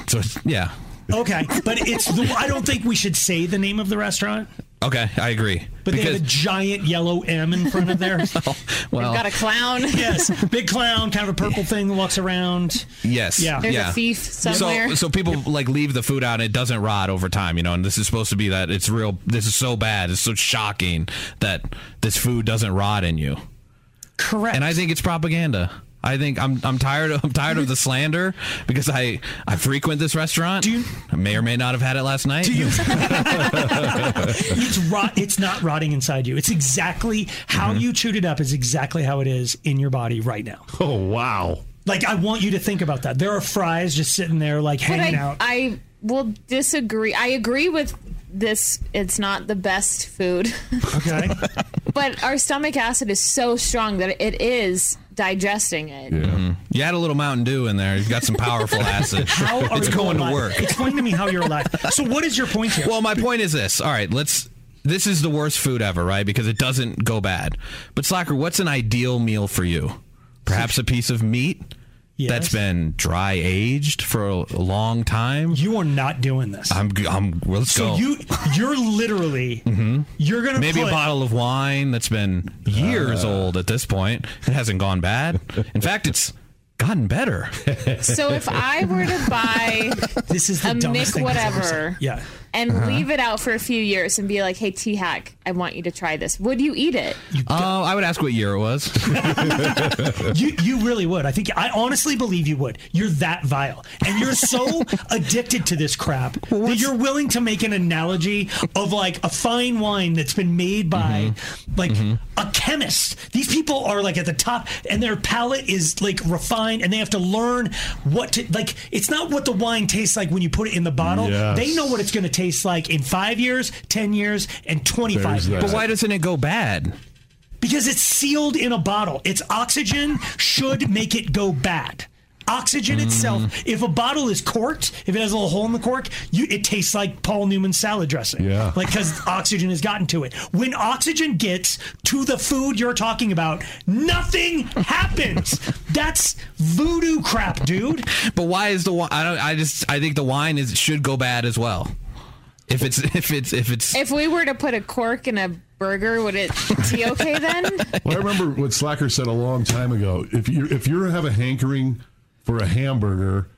Speaker 5: so yeah,
Speaker 3: okay, but it's. The, I don't think we should say the name of the restaurant.
Speaker 5: okay, I agree.
Speaker 3: But they have a giant yellow M in front of there.
Speaker 5: Oh, well- They've got
Speaker 6: a clown.
Speaker 3: yes, big clown, kind of a purple thing that walks around.
Speaker 5: Yes.
Speaker 3: Yeah.
Speaker 6: There's a
Speaker 5: yeah.
Speaker 6: thief somewhere.
Speaker 5: So, so people like leave the food out and it doesn't rot over time, you know. And this is supposed to be that it's real. This is so bad. It's so shocking that this food doesn't rot in you.
Speaker 3: Correct.
Speaker 5: And I think it's propaganda. I think I'm I'm tired of I'm tired of the slander because I I frequent this restaurant. I may or may not have had it last night. Do you?
Speaker 3: it's rot. It's not rotting inside you. It's exactly how
Speaker 5: Mm-hmm.
Speaker 3: you chewed it up. Is exactly how it is in your body right now.
Speaker 4: Oh wow!
Speaker 3: Like I want you to think about that. There are fries just sitting there, like
Speaker 6: But
Speaker 3: hanging
Speaker 6: I,
Speaker 3: out.
Speaker 6: I will disagree. I agree with this. It's not the best food.
Speaker 3: Okay.
Speaker 6: but our stomach acid is so strong that it is digesting it.
Speaker 5: Mhm. You had a little Mountain Dew in there. You've got some powerful acid.
Speaker 3: How are
Speaker 5: it's
Speaker 3: you
Speaker 5: going
Speaker 3: alive?
Speaker 5: to work.
Speaker 3: Explain to me how you're alive. So what is your point here?
Speaker 5: Well, my point is this. All right, let's. This is the worst food ever, right? Because it doesn't go bad. But Slacker, what's an ideal meal for you? Perhaps a piece of meat that's been dry aged for a long time.
Speaker 3: You are not doing this.
Speaker 5: I'm. I'm. well, Let's
Speaker 3: so
Speaker 5: go.
Speaker 3: you you're literally
Speaker 5: Mhm.
Speaker 3: you're gonna
Speaker 5: Maybe
Speaker 3: put- Uh.
Speaker 5: a bottle of wine that's been years old at this point. It hasn't gone bad. In fact, it's gotten better.
Speaker 6: So if I were to buy
Speaker 3: this is
Speaker 6: a Mick
Speaker 3: said.
Speaker 6: whatever
Speaker 3: Yeah.
Speaker 6: and
Speaker 5: Uh-huh.
Speaker 6: leave it out for a few years and be like, "Hey, T Hack, I want you to try this. Would you eat it?"
Speaker 5: Oh, I would ask what year it was.
Speaker 3: you you really would. I think I honestly believe you would. You're that vile, and you're so addicted to this crap that you're willing to make an analogy of like a fine wine that's been made by like a chemist. These people are like at the top, and their palate is like refined, and they have to learn what to like. It's not what the wine tastes like when you put it in the bottle.
Speaker 5: Yes.
Speaker 3: They know what it's going to taste like in five years, ten years, and twenty-five years.
Speaker 5: But why doesn't it go bad?
Speaker 3: Because it's sealed in a bottle. Its oxygen should make it go bad.
Speaker 4: Mm.
Speaker 3: Oxygen itself, if a bottle is corked, if it has a little hole in the cork, you, it tastes like Paul Newman's salad dressing.
Speaker 4: Yeah.
Speaker 3: Like, because oxygen has gotten to it. When oxygen gets to the food you're talking about, nothing happens. That's voodoo crap, dude.
Speaker 5: But why is the wine? I don't. I just. I think the wine is should go bad as well. If it's if it's if it's
Speaker 6: If we were to put a cork in a burger, would it be okay then?
Speaker 4: Well, I remember what Slacker said a long time ago. If you if you have a hankering for a hamburger,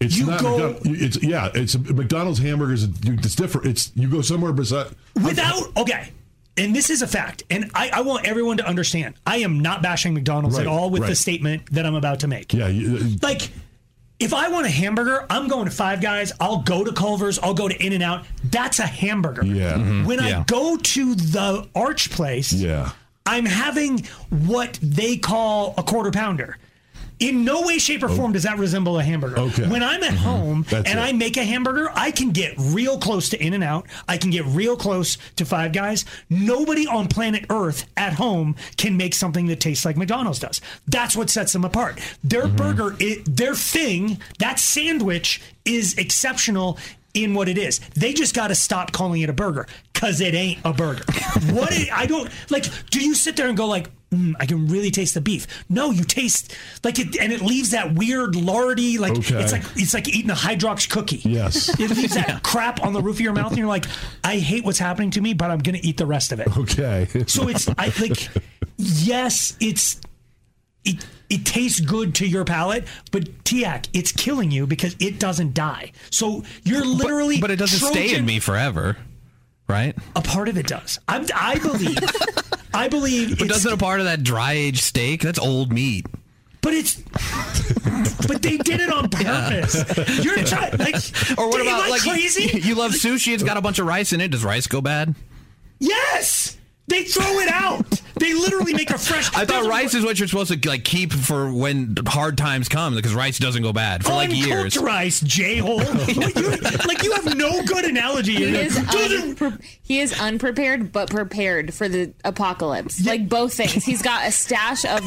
Speaker 4: it's
Speaker 3: You
Speaker 4: not.
Speaker 3: go-
Speaker 4: McDonald's, it's yeah. It's McDonald's hamburgers. It's different. It's you go somewhere beside.
Speaker 3: Without okay. And this is a fact, and I, I want everyone to understand. I am not bashing McDonald's at
Speaker 4: Right,
Speaker 3: all with the
Speaker 4: right.
Speaker 3: statement that I'm about to make.
Speaker 4: Yeah, you,
Speaker 3: Like, if I want a hamburger, I'm going to Five Guys. I'll go to Culver's. I'll go to In and Out. That's a hamburger.
Speaker 4: Yeah. Mhm.
Speaker 3: When
Speaker 4: Yeah.
Speaker 3: I go to the Arch Place,
Speaker 4: yeah.
Speaker 3: I'm having what they call a quarter pounder. In no way, shape, or form does that resemble a hamburger.
Speaker 4: Oh. Okay. Mm-hmm.
Speaker 3: When I'm at home
Speaker 4: That's
Speaker 3: and
Speaker 4: it.
Speaker 3: I make a hamburger, I can get real close to In and Out. I can get real close to Five Guys. Nobody on planet Earth at home can make something that tastes like McDonald's does. That's what sets them apart. Their burger, it, their thing, that sandwich is exceptional in what it is. They just got to stop calling it a burger because it ain't a burger. what it, I don't like. Do you sit there and go like? Mm, I can really taste the beef. No, you taste like it, and it leaves that weird lardy, like
Speaker 4: Okay.
Speaker 3: it's like it's like eating a Hydrox cookie.
Speaker 4: Yes.
Speaker 3: it leaves that crap on the roof of your mouth, and you're like, I hate what's happening to me, but I'm gonna eat the rest of it.
Speaker 4: Okay.
Speaker 3: So it's I like, yes, it's it it tastes good to your palate, but Tiak, it's killing you because it doesn't die. So you're literally,
Speaker 5: but, but it doesn't stay in
Speaker 3: Trojan-
Speaker 5: me forever, right?
Speaker 3: A part of it does. I'm, I believe. I believe.
Speaker 5: But
Speaker 3: it's-
Speaker 5: doesn't a part of that dry aged steak? That's old meat.
Speaker 3: But it's. but they did it on purpose. You're trying like.
Speaker 5: Or what
Speaker 3: am
Speaker 5: about
Speaker 3: I
Speaker 5: like
Speaker 3: crazy?
Speaker 5: You, you love sushi? It's got a bunch of rice in it. Does rice go bad?
Speaker 3: Yes, they throw it out. They literally make a fresh.
Speaker 5: I thought rice is what you're supposed to like keep for when hard times come because rice doesn't go bad for like years.
Speaker 3: Uncooked rice, j hole. like, you, like you have no good analogy.
Speaker 6: He
Speaker 3: You're
Speaker 6: is,
Speaker 3: like,
Speaker 6: unpre- he is unprepared, but prepared for the apocalypse. Like both things. He's got a stash of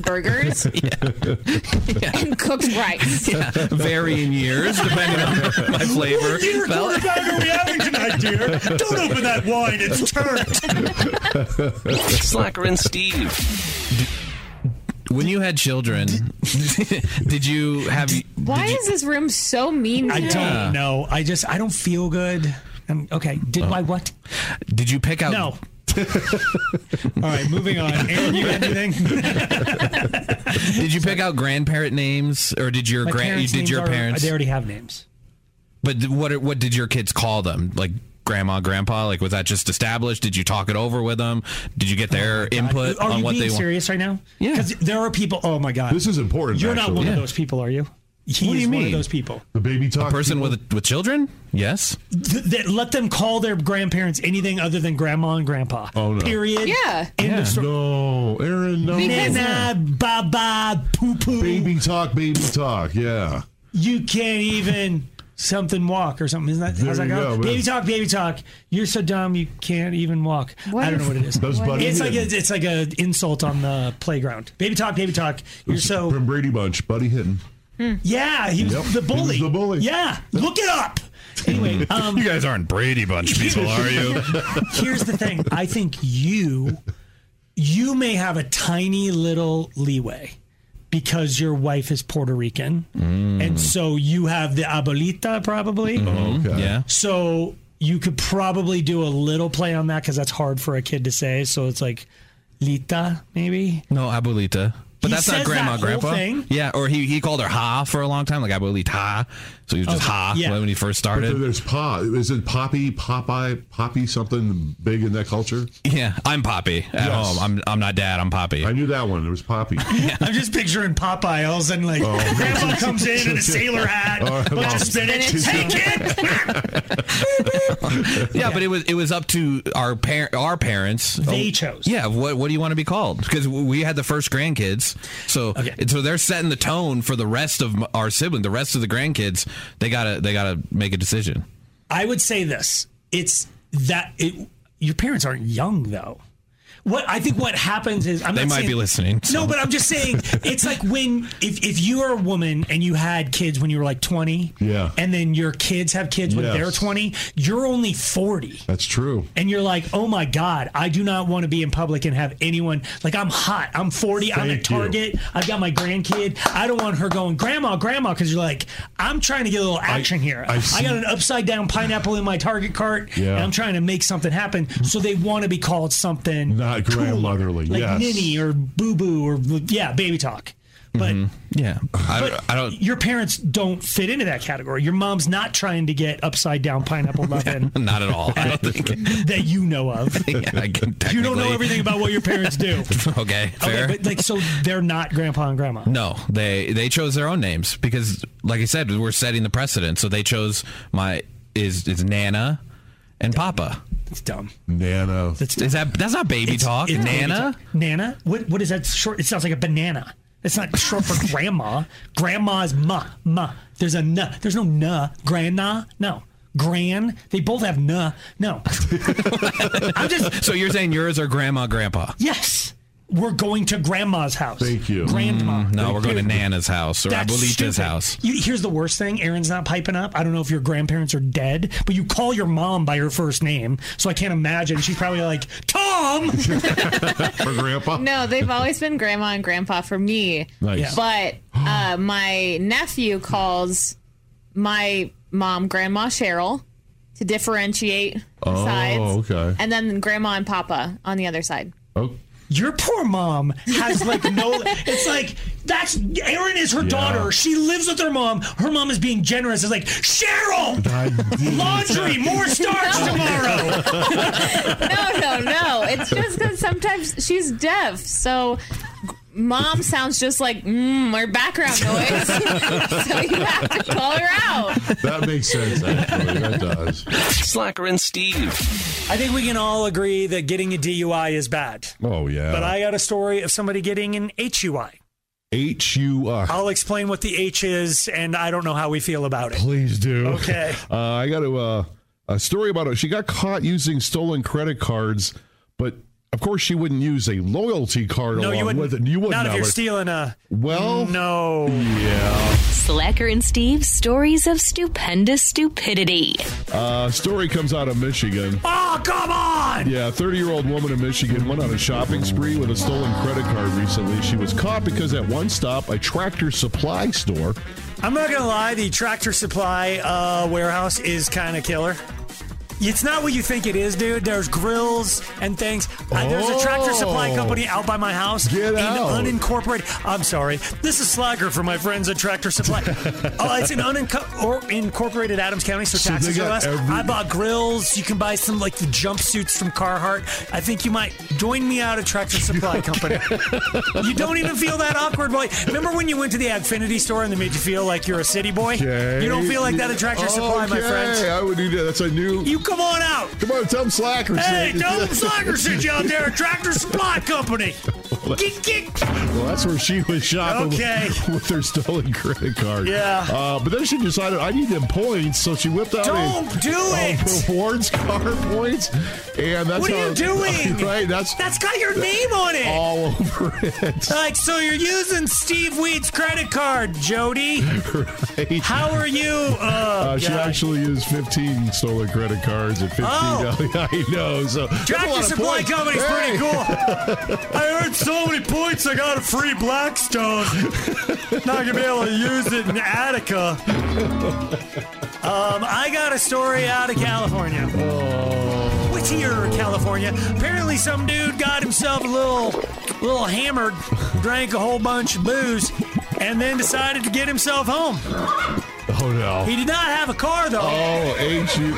Speaker 6: burgers and cooked rice.
Speaker 5: Yeah, varying years depending on my flavor.
Speaker 3: What dear
Speaker 5: Well-
Speaker 3: quarterback are we having tonight, dear? Don't open that wine; it's turned.
Speaker 2: Slacker and Steve.
Speaker 5: When you had children, did you have?
Speaker 6: Why is this room so mean?
Speaker 3: I
Speaker 6: today?
Speaker 3: don't know. I just I don't feel good. Um okay, did my what?
Speaker 5: Did you pick out?
Speaker 3: No. All right, moving on. Aaron, you got anything?
Speaker 5: Did you pick out grandparent names, or did your
Speaker 3: My
Speaker 5: grand? You
Speaker 3: parents'
Speaker 5: did
Speaker 3: names
Speaker 5: your
Speaker 3: are-
Speaker 5: parents?
Speaker 3: They already have names.
Speaker 5: But th- what what did your kids call them? Like grandma, grandpa? Like was that just established? Did you talk it over with them? Did you get their input
Speaker 3: Oh Are
Speaker 5: on
Speaker 3: you
Speaker 5: what
Speaker 3: being
Speaker 5: they want?
Speaker 3: serious right now? Yeah. Because there are people. Oh my God. This
Speaker 4: is important.
Speaker 3: You're not
Speaker 5: actually.
Speaker 3: one of
Speaker 5: Yeah.
Speaker 3: those people, are you? He
Speaker 5: What do
Speaker 3: is
Speaker 5: you
Speaker 3: one of
Speaker 5: mean?
Speaker 3: those people.
Speaker 4: The baby talk.
Speaker 5: A person with with children? Yes.
Speaker 3: Th- that let them call their grandparents anything other than grandma and grandpa.
Speaker 5: Oh, no.
Speaker 3: Period.
Speaker 6: Yeah.
Speaker 3: End of story.
Speaker 4: No, Aaron. No.
Speaker 3: Because- Nana, baba, poo poo.
Speaker 4: Baby talk, baby talk. Yeah.
Speaker 3: You can't even something walk or something. Isn't that how's
Speaker 4: There
Speaker 3: that
Speaker 4: you
Speaker 3: go?
Speaker 4: go, man.
Speaker 3: baby talk, baby talk. You're so dumb you can't even walk.
Speaker 4: What
Speaker 3: I don't know
Speaker 4: if-
Speaker 3: what it is.
Speaker 4: Does Buddy
Speaker 3: it's like
Speaker 4: Hill.
Speaker 3: a, it's like an insult on the playground. Baby talk, baby talk. You're so
Speaker 4: from Brady Bunch, Buddy Hidden.
Speaker 3: Yeah, he was
Speaker 4: Yep,
Speaker 3: the
Speaker 4: he was
Speaker 3: bully.
Speaker 4: the bully.
Speaker 3: Yeah, look it up. Anyway, um,
Speaker 5: you guys aren't Brady Bunch people, are you?
Speaker 3: Here's the thing. I think you you may have a tiny little leeway because your wife is Puerto Rican.
Speaker 2: Mm.
Speaker 3: And so you have the abuelita probably.
Speaker 4: Okay.
Speaker 5: Yeah.
Speaker 3: So you could probably do a little play on that cuz that's hard for a kid to say. So it's like lita maybe.
Speaker 5: No, abuelita. But
Speaker 3: He
Speaker 5: that's not
Speaker 3: says
Speaker 5: grandma,
Speaker 3: that whole
Speaker 5: grandpa.
Speaker 3: thing?
Speaker 5: Yeah, or he, he called her ha for a long time, like abuelita. So he was just
Speaker 4: Okay,
Speaker 5: ha
Speaker 4: yeah.
Speaker 5: when he first
Speaker 4: But there-
Speaker 5: started.
Speaker 4: there's Pa. Is it Poppy, Popeye, Poppy something big in that culture?
Speaker 5: Yeah, I'm Poppy at
Speaker 4: Yes.
Speaker 5: home. I'm I'm not dad. I'm Poppy.
Speaker 4: I knew that one. There was Poppy.
Speaker 3: I'm just picturing Popeye all of a sudden like grandpa comes in in a sailor hat,
Speaker 4: Oh, All right,
Speaker 3: bunch
Speaker 4: Mom.
Speaker 3: of spinach.
Speaker 4: Spinach.
Speaker 3: Hey kid,
Speaker 5: yeah, but it was it was up to our par- our parents.
Speaker 3: They chose.
Speaker 5: Yeah, what what do you want to be called? Because we had the first grandkids, so so they're setting the tone for the rest of m- our sibling, the rest of the grandkids. They gotta they gotta make a decision.
Speaker 3: I would say this. It's that it, your parents aren't young though. What I think what happens is I'm
Speaker 5: They
Speaker 3: not
Speaker 5: might
Speaker 3: saying-
Speaker 5: be listening, so.
Speaker 3: No, but I'm just saying it's like when if if you are a woman and you had kids when you were like 20,
Speaker 4: Yeah.
Speaker 3: and then your kids have kids when
Speaker 4: Yes.
Speaker 3: they're 20, you're only 40.
Speaker 4: That's true.
Speaker 3: And you're like, oh my God, I do not want to be in public and have anyone like I'm hot. I'm 40. I'm
Speaker 4: Thank
Speaker 3: at Target. I've got my grandkid. I don't want her going, Grandma, Grandma, because you're like, I'm trying to get a little action here.
Speaker 4: I
Speaker 3: I,
Speaker 4: see-
Speaker 3: got an upside down pineapple in my Target cart.
Speaker 4: Yeah.
Speaker 3: And I'm trying to make something happen. So they want to be called something
Speaker 4: Not grandmotherly.
Speaker 3: like
Speaker 4: yes.
Speaker 3: ninny or boo boo or yeah, baby talk. But
Speaker 5: Mm-hmm. Yeah, I, I don't.
Speaker 3: your parents don't fit into that category. Your mom's not trying to get upside down pineapple muffin
Speaker 5: Not at all. I don't think.
Speaker 3: that you know of.
Speaker 5: Yeah, I can
Speaker 3: You don't know
Speaker 5: technically-
Speaker 3: everything about what your parents do.
Speaker 5: Okay, fair.
Speaker 3: Okay, but like, so they're not grandpa and grandma.
Speaker 5: No, they they chose their own names because, like I said, we're setting the precedent. So they chose my is is Nana and Papa.
Speaker 3: It's dumb.
Speaker 4: Nana.
Speaker 3: That's
Speaker 5: is that that's not baby
Speaker 3: It's-
Speaker 5: talk.
Speaker 3: it's baby
Speaker 5: Nana.
Speaker 3: talk. Nana. What? What is that short? It sounds like a banana. It's not short for grandma. Grandma is ma ma. There's a na. There's no na. Grandma. No. Gran. They both have na. No. I'm just.
Speaker 5: So you're saying yours are grandma, grandpa.
Speaker 3: Yes. We're going to grandma's house.
Speaker 5: Thank you.
Speaker 3: Grandma.
Speaker 5: Mm, no, we're going to
Speaker 3: Dude,
Speaker 5: Nana's house or
Speaker 3: That's
Speaker 5: Abuelita's
Speaker 3: stupid.
Speaker 5: house.
Speaker 3: You, here's the worst thing: Aaron's not piping up. I don't know if your grandparents are dead, but you call your mom by her first name, so I can't imagine she's probably like Tom.
Speaker 4: Or grandpa.
Speaker 6: No, they've always been grandma and grandpa for me.
Speaker 4: Nice. Yeah.
Speaker 6: But uh, my nephew calls my mom Grandma Cheryl to differentiate
Speaker 4: Oh,
Speaker 6: sides.
Speaker 4: okay.
Speaker 6: And then Grandma and Papa on the other side.
Speaker 4: Oh.
Speaker 3: Your poor mom has like no. It's like that's Erin is her
Speaker 4: Yeah.
Speaker 3: daughter. She lives with her mom. Her mom is being generous. It's like Cheryl, laundry, more starch tomorrow.
Speaker 6: no, no, no. It's just because sometimes she's deaf. So mom sounds just like mm, or background noise. so you have to call her out.
Speaker 4: That makes sense, actually. That does.
Speaker 2: Slacker and Steve.
Speaker 3: I think we can all agree that getting a DUI is bad.
Speaker 4: Oh, yeah.
Speaker 3: But I got a story of somebody getting an HUI.
Speaker 4: H U I.
Speaker 3: I'll explain what the H is, and I don't know how we feel about it.
Speaker 4: Please do.
Speaker 3: Okay.
Speaker 4: Uh, I got a, uh, a story about it. She got caught using stolen credit cards, but of course she wouldn't use a loyalty card
Speaker 3: No,
Speaker 4: along
Speaker 3: you wouldn't.
Speaker 4: with it. You wouldn't.
Speaker 3: Not if
Speaker 4: I
Speaker 3: you're
Speaker 4: would-
Speaker 3: stealing a.
Speaker 4: Well,
Speaker 3: no.
Speaker 4: Yeah.
Speaker 14: Slacker and Steve's stories of stupendous stupidity.
Speaker 4: Uh, story comes out of Michigan.
Speaker 3: Oh, come on!
Speaker 4: Yeah, a 30 year old woman in Michigan went on a shopping spree with a stolen credit card recently. She was caught because at one stop, a tractor supply store.
Speaker 3: I'm not gonna lie, the tractor supply uh, warehouse is kind of killer. It's not what you think it is, dude. There's grills and things. Uh, there's a tractor supply
Speaker 4: Oh.
Speaker 3: company out by my house.
Speaker 4: Get
Speaker 3: in
Speaker 4: out.
Speaker 3: Unincorporated. I'm sorry. This is Slacker for my friends at Tractor Supply. oh, it's an unincorporated or incorporated Adams County, so,
Speaker 4: So
Speaker 3: taxes
Speaker 4: they
Speaker 3: are
Speaker 4: got
Speaker 3: less.
Speaker 4: every-
Speaker 3: I bought grills. You can buy some like the jumpsuits from Carhartt. I think you might join me out at Tractor Supply Company. you don't even feel that awkward, boy. Remember when you went to the Affinity store and they made you feel like you're a city boy? You don't feel like that at Tractor Supply, my
Speaker 4: Okay,
Speaker 3: friend.
Speaker 4: I would do that. That's a new.
Speaker 3: You come on out.
Speaker 4: Come on, tell them slacker.
Speaker 3: Hey,
Speaker 4: shit.
Speaker 3: don't slacker shit you out there at Tractor Supply Company. Geek, geek.
Speaker 4: Well, that's where she was shopping with-
Speaker 3: Okay.
Speaker 4: with, her stolen credit card.
Speaker 3: Yeah.
Speaker 4: Uh, but then she decided I need them points, so she whipped out a,
Speaker 3: Don't do
Speaker 4: a
Speaker 3: it.
Speaker 4: rewards card points, and that's
Speaker 3: What are you
Speaker 4: how-
Speaker 3: doing?
Speaker 4: Right. That's
Speaker 3: That's got your name on it.
Speaker 4: all over it.
Speaker 3: Like, so you're using Steve Weed's credit card, Jody.
Speaker 4: Right.
Speaker 3: How are you? Oh,
Speaker 4: Uh, she
Speaker 3: God.
Speaker 4: actually used 15 stolen credit cards at 15
Speaker 3: Oh.
Speaker 4: I know. So that's a lot
Speaker 3: Tractor
Speaker 4: of
Speaker 3: Supply
Speaker 4: points.
Speaker 3: Company's
Speaker 4: Hey.
Speaker 3: pretty cool. I earned so many points, I got a free Blackstone. Not gonna be able to use it in Attica. Um, I got a story out of California.
Speaker 4: Oh.
Speaker 3: Whittier, California. Apparently, some dude got himself a little, little hammered, drank a whole bunch of booze, and then decided to get himself home.
Speaker 4: Oh no.
Speaker 3: He did not have a car though.
Speaker 4: Oh, ain't you?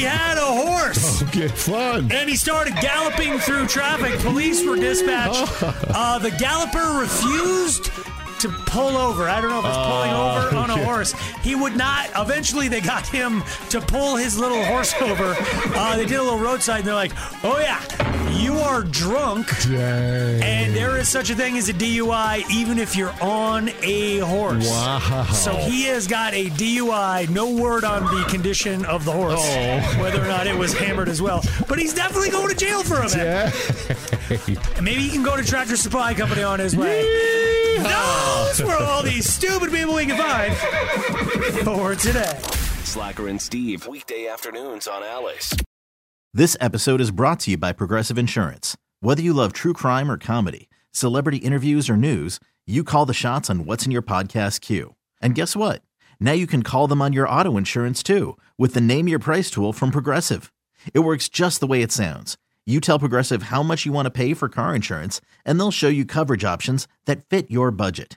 Speaker 3: had a horse.
Speaker 4: Okay, fun.
Speaker 3: And he started galloping through traffic. Police were dispatched. Uh, the galloper refused to pull over. I don't know if it's pulling
Speaker 4: Oh,
Speaker 3: over on
Speaker 4: okay.
Speaker 3: a horse. He would not. Eventually, they got him to pull his little horse over. Uh, they did a little roadside, and they're like, oh, yeah, you are drunk. And there is such a thing as a DUI, even if you're on a horse.
Speaker 4: Wow.
Speaker 3: So he has got a DUI. No word on the condition of the horse,
Speaker 4: Oh.
Speaker 3: whether or not it was hammered as well. But he's definitely going to jail for a minute. And maybe he can go to Tractor Supply Company on his way. Those were all these stupid people we can find for today.
Speaker 2: Slacker and Steve. Weekday afternoons on Alice.
Speaker 16: This episode is brought to you by Progressive Insurance. Whether you love true crime or comedy, celebrity interviews or news, you call the shots on what's in your podcast queue. And guess what? Now you can call them on your auto insurance too with the Name Your Price tool from Progressive. It works just the way it sounds. You tell Progressive how much you want to pay for car insurance, and they'll show you coverage options that fit your budget.